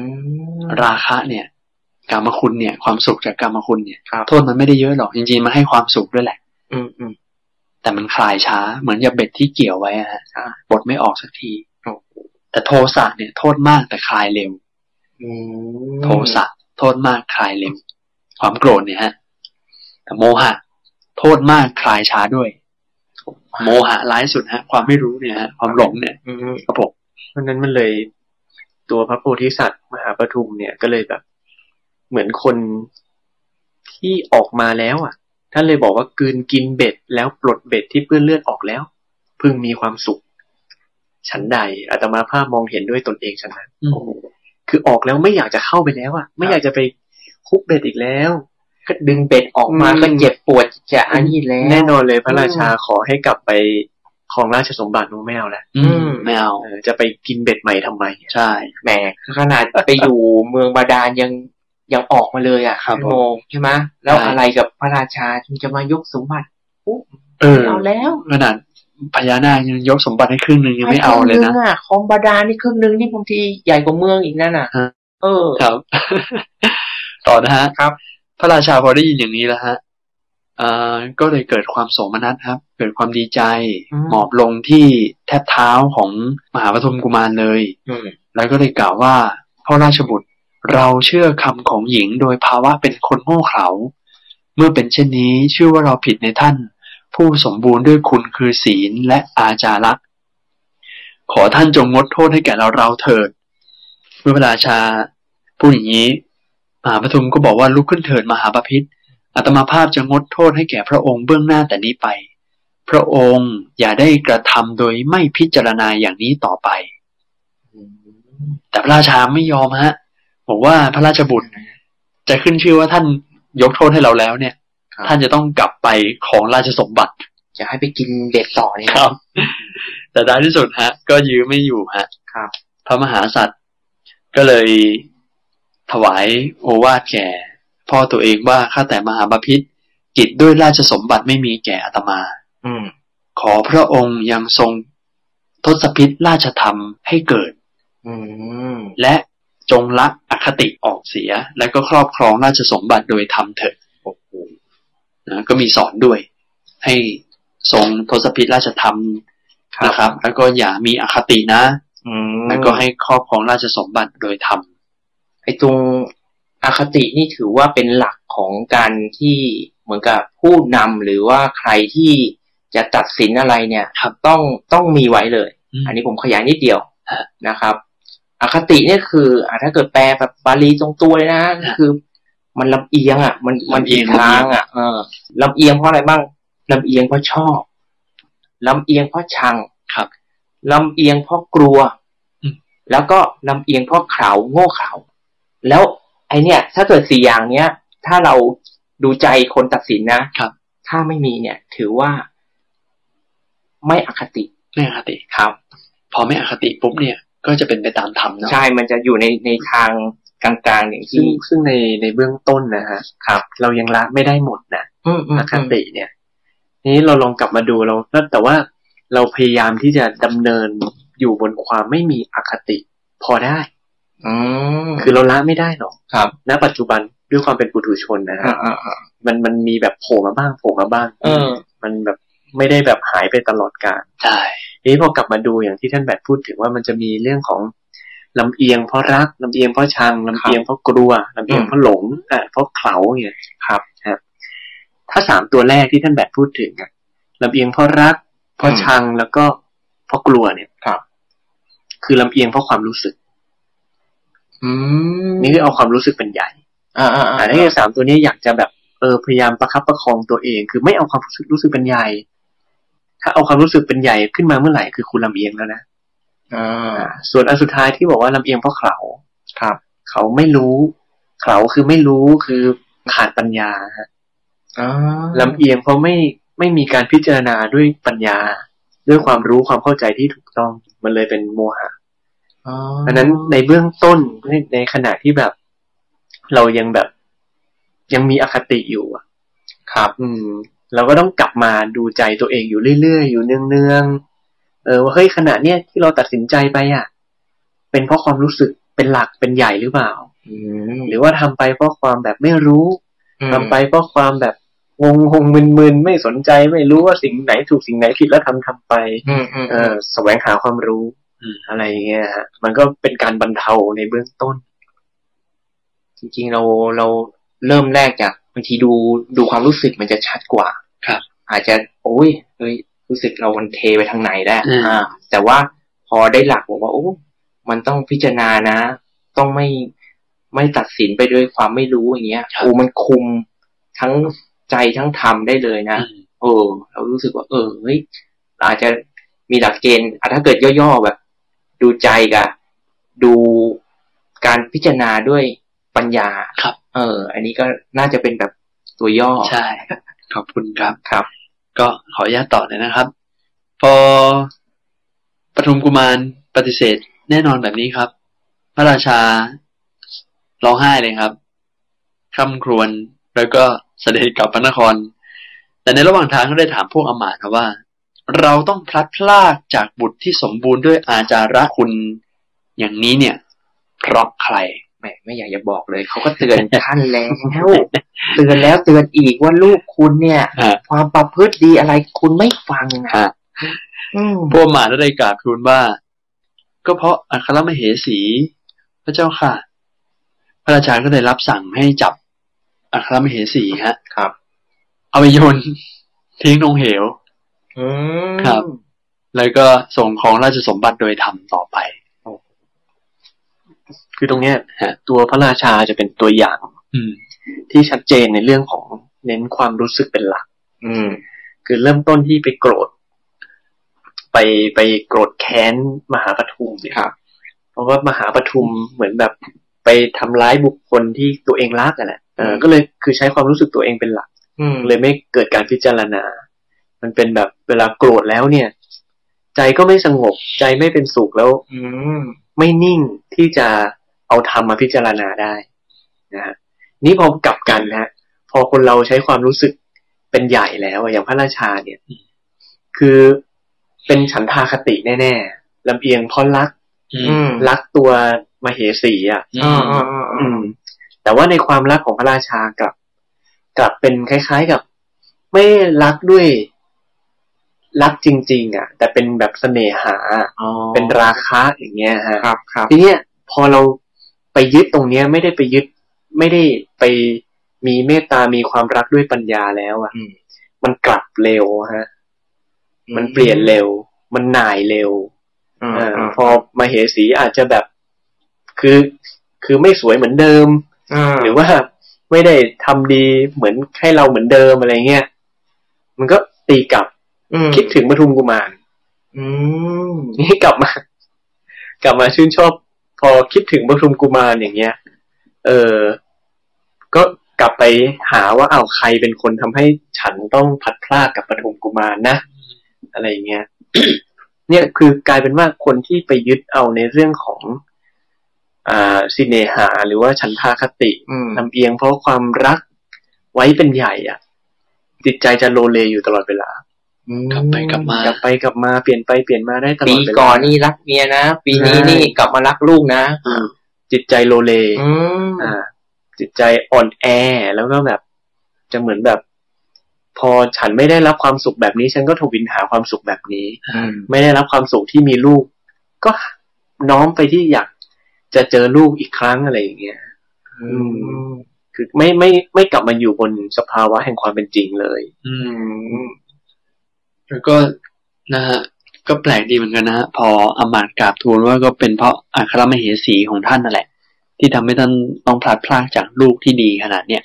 B: ม
C: ราคะเนี่ยกามคุณเนี่ย ความสุขจากกามคุณเนี่ย
B: ครับ
C: โทษมันไม่ได้เยอะหรอกจริงๆมันให้ความสุขด้วยแหละ
B: อืมอืม
C: แต่มันคลายช้า เหมือนยาเบ็ดที่เกี่ยวไว้อะฮะ
B: อ่า
C: บดไม่ออกสักที
B: โอ้โห
C: แต่โทสะเนี่ย โทษมากแต่คลายเร็ว
B: อืม
C: โทสะโทษมากคลายเร็วความโกรธเนี่ยฮะแต่โมหะ โทษมากคลายช้าด้วย โมหะร้ายสุดฮะ ความไม่รู้เนี่ยฮะความหลงเนี่ย
D: อืม
C: กระผม
D: เพราะฉะนั้นมันเลยตัวพระโพธิสัตว์มหาปทุมเนี่ยก็เลยแบบ เหมือนคนที่ออกมาแล้วอ่ะท่านเลยบอกว่ากลืนกินเบ็ดแล้วปลดเบ็ดที่เปื้อนเลือดออกแล้ว พึงมีความสุข ฉันใดอาตมาภาพมองเห็นด้วยตนเองฉันนั้น
C: อืม
D: คือออกแล้วไม่อยากจะเข้าไปแล้วอ่ะ ไม่อยากจะไปคุกเบ็ดอีกแล้ว
B: ก็ดึงเบ็ดออกมา
D: อืม
B: ก็เจ็บปวดจะอันนี้แล้ว
D: แน่นอนเลยพระราชาขอให้กลับไปครองราชสมบัติโนแมวแล้ว
C: อื
B: อื
C: ม
B: ม
C: ไม่เอา
D: เออจะไปกินเบ็ดใหม่ทำไมเนี่ย
C: ใช่
B: แหมขนาดไปอยู่เมืองบาดาลยังยังออกมาเลยอ่ะ
C: ครับ
B: โมงใช่ไหมแล้ว
C: ใช่
B: อะไรกับพระราชาถึงจะมายกสมบัติ
C: เออ
B: เอาแล้ว
C: ขนาด พญานาคยังยกสมบัติให้ครึ่งหนึ่งยังไม่เอาเลยนะ
B: ครึ่งหงอของบาดาลนี่ครึ่งหนึงนี่บางทีใหญ่กว่าเมืองอีกนั่นน่ะ
C: ฮะ
B: เออ
C: ครับ (laughs) ต่อนะฮะ
B: ครับ
C: พระราชาพอได้ยินอย่างนี้แล้วฮะเอ่อก็เลยเกิดความโสมนัสครับ เกิดความดีใจ
B: อืม
C: หมอบลงที่แทบเท้าของมหาปฐมกุมารเลย
B: อืม
C: แล้วก็เลยกล่าวว่าพ่อราชบุตรเราเชื่อคำของหญิงโดยภาวะเป็นคนโง่เขลาเมื่อเป็นเช่นนี้ชื่อว่าเราผิดในท่าน ผู้สมบูรณ์ด้วยคุณคือศีลและอาจารักษ์ขอท่านจงงดโทษให้แก่เราเราเถิด เมื่อพระราชาพูดอย่างนี้มหาปทุมก็บอกว่าลุกขึ้นเถิดมหาปพิธอาตมาภาพจะงดโทษให้แก่พระองค์เบื้องหน้าแต่นี้ไป พระองค์อย่าได้กระทำโดยไม่พิจารณาอย่างนี้ต่อไป แต่พระราชาไม่ยอมฮะบอกว่าพระราชบุตร จะขึ้นชื่อว่าท่านยกโทษให้เราแล้วเนี่ย
B: ท่า
C: ท่านนจะต้องกลับไปของราชสมบัติ
B: จะให้ไปกินเด็ดต่อเนี่ย (laughs)
C: ครับ แต่ท้ายที่สุดฮะ ก็ยื้อไม่อยู่ฮะ
B: ครับ
C: พระมหาสัตว์ก็เลยถวายโอวาทแก่ พ่อตัวเองว่าข้าแต่มหาบาพิษกิจด้วยราชสมบัติไม่มีแก่อาตมา
B: อืม
C: ขอพระองค์ยังทรงทศพิษราชธรรมให้เกิด
B: อืม
C: และจงละอคติออกเสีย และก็ครอบครองราชสมบัติโดยธรรมเถิดนะก็มีสอนด้วย ให้ทรงทศพิธราชธรรมนะครับ แล้วก็อย่ามีอคตินะ
B: อืม
C: แล้วก็ให้ครอบครองราชสมบัติโดยธรรม
B: ไอ้ตรงอคตินี่ถือว่าเป็นหลักของการที่เหมือนกับผู้นำหรือว่าใครที่จะตัดสินอะไรเนี่ยต้องต้องมีไว้เลย
C: อั
B: อั
C: น
B: น
C: นี้
B: นี้ผมขยายนิดเดียว
C: ฮะ
B: นะครับ อคติเนี่ยคืออ่ะถ้าเกิดแปลแบบบาลีตรงตัวเลยนะก็คือ มันลำเอียงอ่ะ มันมัน
C: ลำเอียง
B: ทางอ่ะเออลำเอียงเพราะอะไรบ้างลำเอียงเพราะชอบลำเอียงเพราะชัง
C: ครับ
B: ลำเอียงเพราะกลัว
C: อืม
B: แล้วก็ลำเอียงเพราะเขลาโง่เขลาแล้วไอเนี่ย ถ้าเกิดสี่อย่างเนี้ย ถ้าเราดูใจคนตัดสินนะครับ ถ้าไม่มีเนี่ย ถือว่าไม่อคติ
C: ไม่อคติ
B: ครับ
C: พอไม่อคติปุ๊บเนี่ย ก็จะเป็นไปตามธรรมเนาะ
B: ใช่ มันจะอยู่ในในทางกลางๆอย่าง
D: ซึ่ง
B: ที่
D: ซึ่งในในเบื้องต้นนะฮะ
B: ครับ
D: เรายังละไม่ได้หมดนะ
B: อืมอืม
D: อคติเนี่ยทีนี้เราลองกลับมาดูเราแล้วแต่ว่าเราพยายามที่จะดำเนินอยู่บนความไม่มีอคติ พอได้
B: อืม
D: คือเราละไม่ได้หรอก
B: ครับ
D: ณปัจจุบันด้วยความเป็นปุถุชนนะ
B: อ่า
D: ฮะ
B: อ่าอ่า
D: มันมันมีแบบโผล่มาบ้างโผล่มาบ้าง
B: เออ
D: มันแบบไม่ได้แบบหายไปตลอดกาล
C: ใช่
D: ทีนี้พอกลับมาดูอย่างที่ท่านแบบพูดถึงว่ามันจะมีเรื่องของลำเอียงเพราะรักลำเอียงเพราะชังลำเอียงเพราะกลัวลำเอียงเพราะหลงอ่ะเพราะเขลาเนี่ย
B: ครับ
D: ถ้าสามตัวแรกที่ท่านแบบพูดถึงอะลำเอียงเพราะรัก เพราะ
B: อืม
D: ชังแล้วก็เพราะกลัวเนี่ย
B: ครับ
D: คือลำเอียงเพราะความรู้สึก
B: อืม
D: นี่คือเอาความรู้สึกเป็นใหญ่
B: อ่าอ่า
D: อ่า
B: อ่า
D: ถ้าสามตัวเนี้ยอยากจะแบบเออพยายามประคับประคองตัวเอง คือไม่เอาความรู้สึกรู้สึกเป็นใหญ่ ถ้าเอาความรู้สึกเป็นใหญ่ขึ้นมาเมื่อไหร่คือคุณลำเอียงแล้วนะ
B: อ่า
D: อ่า ส่วนอันสุดท้ายที่บอกว่าลำเอียงเพราะเขา
B: ครับ
D: เขาไม่รู้เขาคือไม่รู้คือขาดปัญญาฮะ
B: อ่า
D: ลำเอียงเพราะไม่ไม่มีการพิจารณาด้วยปัญญา ด้วยความรู้ความเข้าใจที่ถูกต้องมันเลยเป็นโมหะ
B: อ๋อ
D: ดังนั้นในเบื้องต้นในในขณะที่แบบ เรายังแบบ ยังมีอคติอยู่อะ
B: ครับ
D: อืม เราก็ต้องกลับมาดูใจตัวเองอยู่เรื่อยๆ อยู่เนืองๆเออว่าเฮ้ยขณะเนี้ยที่เราตัดสินใจไปอ่ะ เป็นเพราะความรู้สึกเป็นหลักเป็นใหญ่หรือเปล่า
B: อืม
D: หรือว่าทำไปเพราะความแบบไม่รู้ ทำไปเพราะความแบบงงงงมึนมึนไม่สนใจไม่รู้ว่าสิ่งไหนถูกสิ่งไหนผิดแล้วทำทำไป
B: อืมอืม
D: เออแสวงหาความรู้อะไรอย่างเงี้ยฮะมันก็เป็นการบรรเทาในเบื้องต้น
B: จริงๆเราเราเริ่มแรกจากบางทีดูดูความรู้สึกมันจะชัดกว่า
C: ครับ
B: อาจจะโอ้ยเฮ้ยรู้สึกเรามันเทไปทางไหนแล้ว
C: อืม
B: อ่า แต่ว่าพอได้หลักบอกว่าโอ้ มันต้องพิจารณานะ ต้องไม่ไม่ตัดสินไปด้วยความไม่รู้อย่างเงี้ย
C: ครับ
B: โอ้มันคุมทั้งใจทั้งธรรมได้เลยนะ
C: อืม
B: เออ เรารู้สึกว่า เออเฮ้ยเราอาจจะมีหลักเกณฑ์อ่ะถ้าเกิดย่อๆแบบ ดูใจกับดูการพิจารณาด้วยปัญญา
C: ครับ
B: เออ อันนี้ก็น่าจะเป็นแบบตัวย่อ
C: ใช่ (laughs) ขอบคุณครับ
B: ครับ
C: ก็ขออนุญาตต่อเลยนะครับ พอปฐมกุมารปฏิเสธแน่นอนแบบนี้ครับ พระราชาร้องไห้เลยครับคร่ำครวญแล้วก็เสด็จกลับพระนคร แต่ในระหว่างทางก็ได้ถามพวกอำมาตย์ครับว่า เราต้องพลัดพรากจากบุตรที่สมบูรณ์ด้วยอาจาระคุณอย่างนี้เนี่ย เพราะใคร
B: แหมไม่อยากจะบอกเลย เขาก็เตือนท่าน (laughs) แล้วเตือนแล้วเตือนอีกว่าลูกคุณเนี่ย
C: ฮะ
B: ความประพฤติดีอะไรคุณไม่ฟังนะ
C: ฮะ
B: อืม
C: พวกมหาได้กราบทูลว่า ก็เพราะอัครมเหสี พระเจ้าค่ะ พระราชาก็เลยรับสั่งให้จับอัครมเหสีฮะ
B: ครับ
C: เอาไปโยน (laughs) ทิ้งลงเหว
B: อืม
C: ครับ แล้วก็ส่งของราชสมบัติโดยธรรมต่อไป
D: คือตรงเนี้ย
C: ฮะ
D: ตัวพระราชาจะเป็นตัวอย่าง
C: อืม
D: ที่ชัดเจนในเรื่องของเน้นความรู้สึกเป็นหลัก
B: อืม
D: คือเริ่มต้นที่ไปโกรธ ไปไปโกรธแค้นมหาปทุมเนี่ย
B: ครับ
D: เพราะว่ามหาปทุมเหมือนแบบไปทำร้ายบุคคลที่ตัวเองรักอะแหละเออก็เลยคือใช้ความรู้สึกตัวเองเป็นหลัก
B: อืม
D: เลยไม่เกิดการพิจารณา มันเป็นแบบเวลาโกรธแล้วเนี่ย ใจก็ไม่สงบ ใจไม่เป็นสุขแล้ว
B: อืม
D: ไม่นิ่งที่จะเอาธรรมมาพิจารณาได้นะฮะนี่พอกลับกันนะฮะพอคนเราใช้ความรู้สึกเป็นใหญ่แล้วอะอย่างพระราชาเนี่ย คือเป็นฉันทาคติแน่ๆลำเอียงเพราะรัก
C: อื
B: อืม
D: รักตัวมเหสีอ่ะ
B: อ่าอ่าอ่า
D: อืม แต่ว่าในความรักของพระราชากลับ กลับเป็นคล้ายๆกับ ไม่รักด้วย รักจริง ๆ อ่ะ แต่เป็นแบบเสน่หา
B: อ๋อ
D: เป็นราคะอย่างเงี้ยฮะ
B: ครับครับ
D: ทีเนี้ยพอเราไปยึดตรงเนี้ยไม่ได้ไปยึดไม่ได้ไปมีเมตตามีความรักด้วยปัญญาแล้วอะ่ะ
B: อืม
D: มันกลับเร็วฮะ มันเปลี่ยนเร็ว มันหน่ายเร็ว
B: อ่า
D: อา
B: อ่า
D: พอมาเหสีอาจจะแบบ คือคือไม่สวยเหมือนเดิม
B: อ่า
D: หรือว่าไม่ได้ทำดีเหมือนให้เราเหมือนเดิมอะไรเงี้ยมันก็ตีกลับ
B: อืม
D: คิดถึงปทุมกุมาร
B: อืม
D: นี่กลับมา กลับมาชื่นชอบ พอคิดถึงปทุมกุมารอย่างเงี้ย เออ ก็กลับไปหาว่าเอาวใครเป็นคนทำให้ฉันต้องพลัดพรากกับปทุมกุมารนะ อะไรอย่างเงี้ย (coughs) เนี่ยคือกลายเป็นว่าคนที่ไปยึดเอาในเรื่องของ อ่าสิเนหา หรือว่าฉันทาคติ
B: อืม
D: ลำเอียงเพราะความรักไว้เป็นใหญ่อะจิตใจจะโลเลอยู่ตลอดเวลา
C: กลับไปกลับมา
D: กลับไปกลับมาเปลี่ยนไปเปลี่ยนมาได้ตล
B: ปี
D: อดเวลา
B: ก่อนนี่รักเมียนะ ปีนี้
D: ใช่
B: นี่กลับมารักลูกนะ
D: จิตใจโลเล
B: อืม
D: อ่า จิตใจอ่อนแอแล้วก็แบบ จะเหมือนแบบ พอฉันไม่ได้รับความสุขแบบนี้ ฉันก็ทวินหาความสุขแบบนี้
B: อืม
D: ไม่ได้รับความสุขที่มีลูก ก็น้อมไปที่อยากจะเจอลูกอีกครั้งอะไรอย่างเงี้ย
B: อืม
D: คือไม่ไม่ไม่กลับมาอยู่บนสภาวะแห่งความเป็นจริงเลย
C: อืม
B: อืม
C: แล้วก็นะฮะก็แปลกดีเหมือนกันนะฮะพออำมาตย์กราบทูลว่าก็เป็นเพราะอัครมเหสีของท่านนั่นแหละ ที่ทำให้ท่านต้องพลัดพรากจากลูกที่ดีขนาดเนี้ย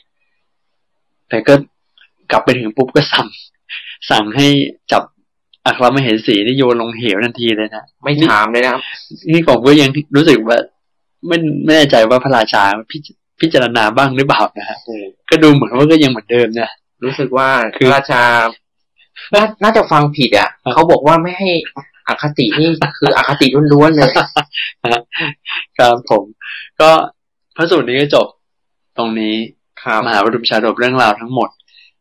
C: แต่ก็กลับไปถึงปุ๊บก็สั่ง (laughs) สั่งให้จับอัครมเหสีนี่โยนลงเหวทันทีเลยนะ
B: ไม่ถามเลยนะครับ
C: นี่ผมก็ยังรู้สึกว่าไม่ไม่แน่ใจว่าพระราชาพิจพิจารณาบ้างหรือเปล่านะฮะก็ดูเหมือนว่าก็ยังเหมือนเดิมนะ
B: รู้สึกว่า
C: คือ
B: ราชาน่าน่าจะฟังผิดอ่ะเขาบอกว่าไม่ให้อคตินี่คืออคติล้วนๆเลย
C: ครับผมก็พระสูตรนี้ก็จบตรงนี้
B: ครับ
C: มหาปฐมชาดกเรื่องราวทั้งหมด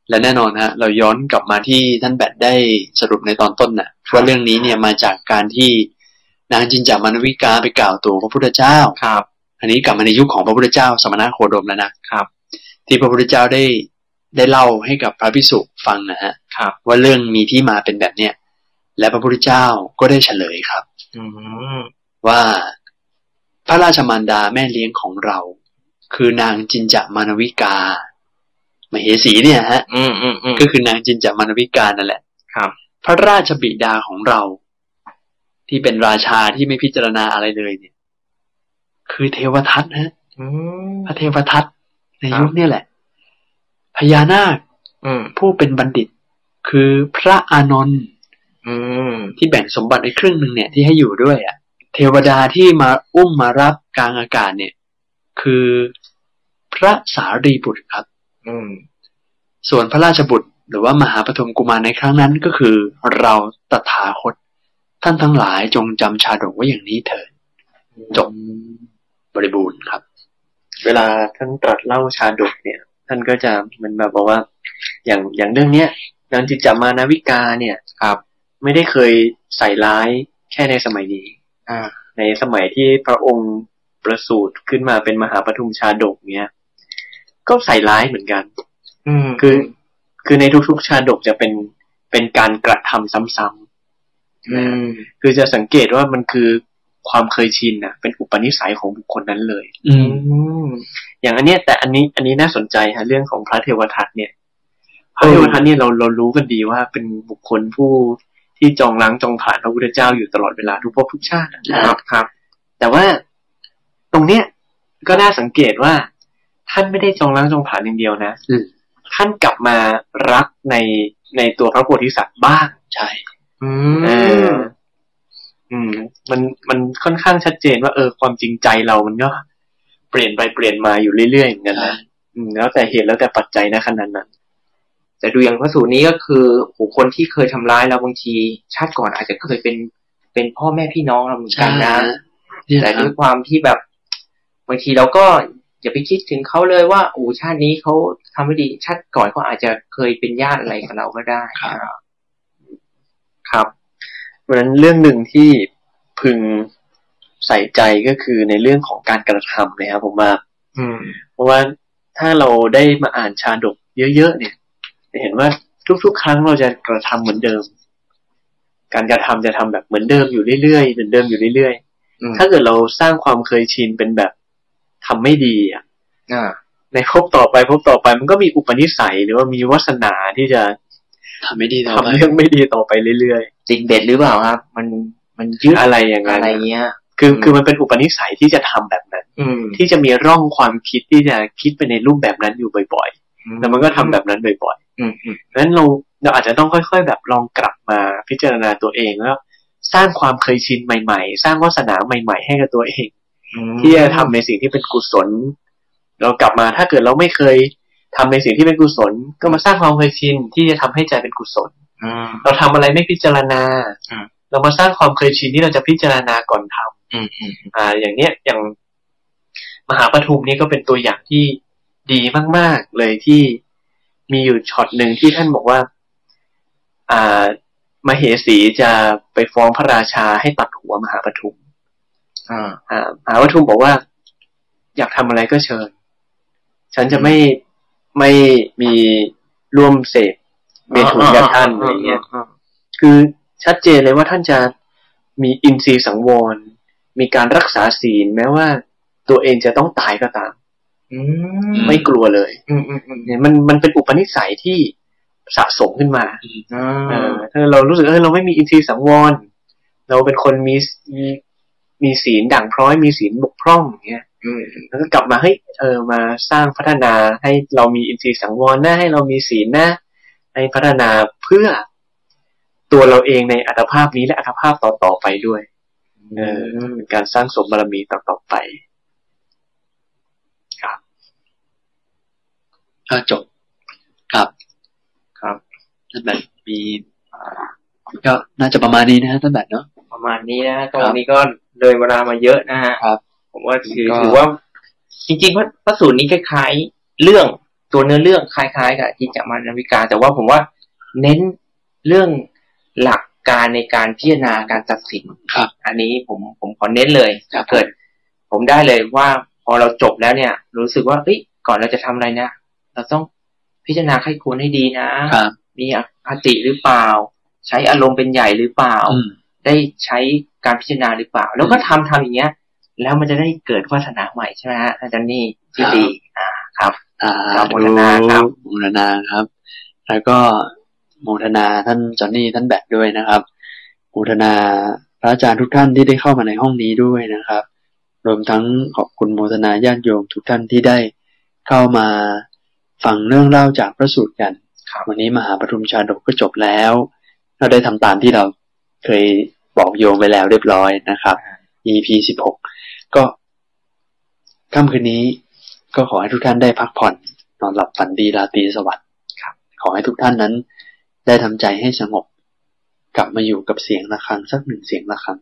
C: และแน่นอนฮะเราย้อนกลับมาที่ท่านแบดได้สรุปในตอนต้นนะว่าเรื่องนี้เนี่ยมาจากการที่นางจินจามานวิกาไปกล่าวตัวพระพุทธเจ้า
B: ครับ
C: อันนี้กลับมาในยุคของพระพุทธเจ้า สมณะโคดมแล้วนะครับ ที่พระพุทธเจ้าได้ได้เล่าให้กับพระภิกษุฟังนะฮะ
B: ครับ
C: ว่าเรื่องมีที่มาเป็นแบบเนี้ยและพระพุทธเจ้าก็ได้เฉลยครับ
B: อืม
C: ว่าพระราชมารดาแม่เลี้ยงของเรา คือนางจินจามานวิกา มเหสีเนี่ยฮะ
B: อืมอืมอืม
C: ก็คือนางจินจามานวิกานั่นแหละ
B: ครับ
C: พระราชบิดาของเรา ที่เป็นราชาที่ไม่พิจารณาอะไรเลยเนี่ย คือเทวทัตฮะ
B: อืม
C: พระเทวทัตใน
B: ครับ
C: ยุคเนี่ยแหละ พญานาค
B: อืม
C: ผู้เป็นบัณฑิต คือพระอานนท์
B: อืม
C: ที่แบ่งสมบัติไอ้ครึ่งหนึ่งเนี่ยที่ให้อยู่ด้วยอะ่ะ เทวดาที่มาอุ้มมารับกลางอากาศเนี่ย คือพระสารีบุตรครับ
B: อืม
C: ส่วนพระราชบุตร หรือว่ามหาปฐมกุมารในครั้งนั้นก็คือเราตถาคต ท่านทั้งหลายจงจำชาดกไว้อย่างนี้เถิดจบบริบูรณ์ครับ
D: เวลาท่านตรัสเล่าชาดกเนี่ย ท่านก็จะเหมันแบบบอกว่า อย่างอย่างเรื่องเนี้ยนางจิตจามานาวิกาเนี่ย
B: ครับ
D: ไม่ได้เคยใส่ร้ายแค่ในสมัยนี้
B: อ่า
D: ในสมัยที่พระองค์ประสูติขึ้นมาเป็นมหาปฐุมชาดกเนี้ย ก็ใส่ร้ายเหมือนกัน
B: อืม
D: คือ คือในทุกๆ ชาดกจะเป็น เป็นการกระทำซ้ำ
B: อืม
D: ๆ คือจะสังเกตว่ามันคือความเคยชินนะเป็นอุปนิสัยของบุคคลนั้นเลย
C: อืม
D: อย่างอันเนี้ยแต่อันนี้อันนี้น่าสนใจฮะเรื่องของพระเทวทัตเนี่ยพระ
C: เออ
D: เทวทัตเนี่ยเราเรารู้กันดีว่าเป็นบุคคลผู้ที่จองล้างจองผ่านพระพุทธเจ้าอยู่ตลอดเวลาทุกภพทุกชาตินะ
B: ค
D: ค
B: รั
D: รั
B: บบ ครับ
D: แต่ว่าตรงเนี้ยก็น่าสังเกตว่า ท่านไม่ได้จองล้างจองผ่านอย่างเดียวนะ
C: อืม
D: ท่านกลับมารักในในตัวพระโพธิสัตว์บ้าง
C: ใช่
B: อื
D: เออ
B: ม
D: อืม มันมันค่อนข้างชัดเจนว่าเออความจริงใจเรามันก็เปลี่ยนไปเปลี่ยนมาอยู่เรื่อยๆเหมือนกันนะอืมแล้วแต่เหตุแล้วแต่ปัจจัยนะขนาดนั้น
B: แต่ดูอย่างพระสูตรนี้ก็คือโหคนที่เคยทำร้ายเราบางที ชาติก่อนอาจจะเคยเป็นเป็นพ่อแม่พี่น้องเราเหมือนกันนะ
C: เนี่ย
B: แต่
C: ครั
B: ด้
C: บ
B: วยความที่แบบบางทีเราก็อย่าไปคิดถึงเขาเลยว่าอูชาตินี้เขาทำไม่ดีชาติก่อนเขาอาจจะเคยเป็นญาติอะไรกับเราก็ได้นะครับ
D: ครับเพราะฉะนั้นเรื่องหนึ่งที่พึงใส่ใจก็คือในเรื่องของการกระทำนะครับผมว่า
B: อืม
D: เพราะว่าถ้าเราได้มาอ่านชาดกเยอะๆเนี่ยจะเห็นว่าทุกๆ ครั้งเราจะกระทำเหมือนเดิม การกระทำจะทำแบบเหมือนเดิมอยู่เรื่อยๆเหมือนเดิมอยู่เรื่อย
B: อืม
D: ๆ ถ้าเกิดเราสร้างความเคยชินเป็นแบบทำไม่ดีอ่ะ
B: อ่า
D: ในภพต่อไปภพต่อไปมันก็มีอุปนิสัยหรือว่ามีวาสนาที่จะ
C: ทำไม่ดีต่อ
D: ทำ
C: ไป
D: เรื่องไม่ดีต่อไปเรื่อย
B: ติดเบ็ดหรือเปล่าครับ มันมันยึด
D: ๆ อะไรอย่างนั้
B: อะ
D: น
B: ไรเงี้ย
D: คือคือมันเป็นอุปนิสัยที่จะทำแบบนั้น
B: อืม
D: ที่จะมีร่องความคิดที่จะคิดไปในรูปแบบนั้นอยู่บ่อยๆแล้วมันก็ทำแบบนั้นบ่อยๆ
B: อืมอืม
D: เพราะฉะนั้นเราเราอาจจะต้องค่อย ๆ แบบลองกลับมาพิจารณาตัวเองแล้วสร้างความเคยชินใหม่ๆ สร้างวาสนาใหม่ ๆ ให้กับตัวเอง
B: อืม
D: ที่จะทำในสิ่งที่เป็นกุศล เรากลับมาถ้าเกิดเราไม่เคยทำในสิ่งที่เป็นกุศล ก็มาสร้างความเคยชินที่จะทำให้ใจเป็นกุศล
B: อืม
D: เราทำอะไรไม่พิจารณา
B: อืม
D: เรามาสร้างความเคยชินที่เราจะพิจารณาก่อนทำ
B: อืมอืม
D: อ่าอย่างเนี้ยอย่างมหาปทุมนี่ก็เป็นตัวอย่างที่ดีมาก ๆ เลยที่มีอยู่ช็อตหนึ่งที่ท่านบอกว่า อ่ามเหสีจะไปฟ้องพระราชาให้ตัดหัวมหาปทุม
B: อ่า
D: อ่ามหาปทุมบอกว่า อยากทำอะไรก็เชิญ ฉันจะไม่ไม่มีร่วมเสพเมถุนกับท่านอะไรเงี้ย
B: า
D: คือชัดเจนเลยว่าท่านจะมีอินทรีย์สังวร มีการรักษาศีลแม้ว่าตัวเองจะต้องตายก็ตาม
B: อืม
D: ไม่กลัวเลย
B: อืมอืมอืม
D: เนี่ยมันมันเป็นอุปนิสัยที่สะสมขึ้นมา
B: อ่า
D: เออถ้าเรารู้สึกว่าเอ้ยเราไม่มีอินทรีย์สังวร เราเป็นคนมีมีมีศีลด่างพร้อยมีศีลบกพร่องอย่างเงี้ย
B: อืม
D: แล้วก็กลับมาเฮ้ยเออมาสร้างพัฒนาให้เรามีอินทรีย์สังวรนะให้เรามีศีลนะให้พัฒนาเพื่อตัวเราเองในอัตภาพนี้และอัตภาพต่อๆไปด้วยเออเป็นการสร้างสมบารมีต่อๆไป
C: อ่ะจบครับ
B: ครับ
C: นั่นแบบมีก็น่าจะประมาณนี้นะฮะท่านแบบเนาะ
B: ประมาณนี้นะต
C: ครั
B: ร
C: บ
B: งนี้ก็เลยเวลามาเยอะนะฮะ
C: ครับ
B: ผมว่าถือ
C: ก็
B: ถือว่า จริงๆพระพระสูตรนี้คล้ายๆเรื่องตัวเนื้อเรื่องคล้ายๆ กับจิจามานวิกา แต่ว่าผมว่าเน้นเรื่องหลักการในการพิจารณาการตัดสิน
C: ครับ
B: อันนี้ผมผมขอเน้นเลย
C: ครับ
B: ถ้าเกิด ผมได้เลยว่าพอเราจบแล้วเนี่ย รู้สึกว่าเอ้ยก่อนเราจะทำอะไรนะเราต้องพิจารณาใครควรให้ดีนะครับ มีอคติหรือเปล่า ใช้อารมณ์เป็นใหญ่หรือเปล่า
C: อืม
B: ได้ใช้การพิจารณาหรือเปล่า แล้วก็ทำทำอย่างเงี้ย แล้วมันจะได้เกิดวาสนาใหม่ใช่ไหมฮะอาจารย์นี่ที่ดีอ่าครับ
C: สา
B: ครับ
C: ธุ
B: โมทนาครับ
C: โมทนาครับ แล้วก็โมทนาท่านจอนนี่ท่านแบทด้วยนะครับโมทนาพระอาจารย์ทุกท่านที่ได้เข้ามาในห้องนี้ด้วยนะครับ รวมทั้งขอบคุณโมทนาญาติโยมทุกท่านที่ได้เข้ามาฟังเรื่องเล่าจากพระสูตรกัน
B: ครับ
C: วันนี้มหาปฐุมชาดกก็จบแล้ว เราได้ทำตามที่เราเคยบอกโยมไปแล้วเรียบร้อยนะครับ EP สิบหกก็ค่ำคืนนี้ก็ขอให้ทุกท่านได้พักผ่อน นอนหลับฝันดีราตรีสวัสดิ์ครับ ขอให้ทุกท่านนั้น ได้ทำใจให้สงบ กลับมาอยู่กับเสียงะระฆังสักหนึ่งเสียงะระฆัง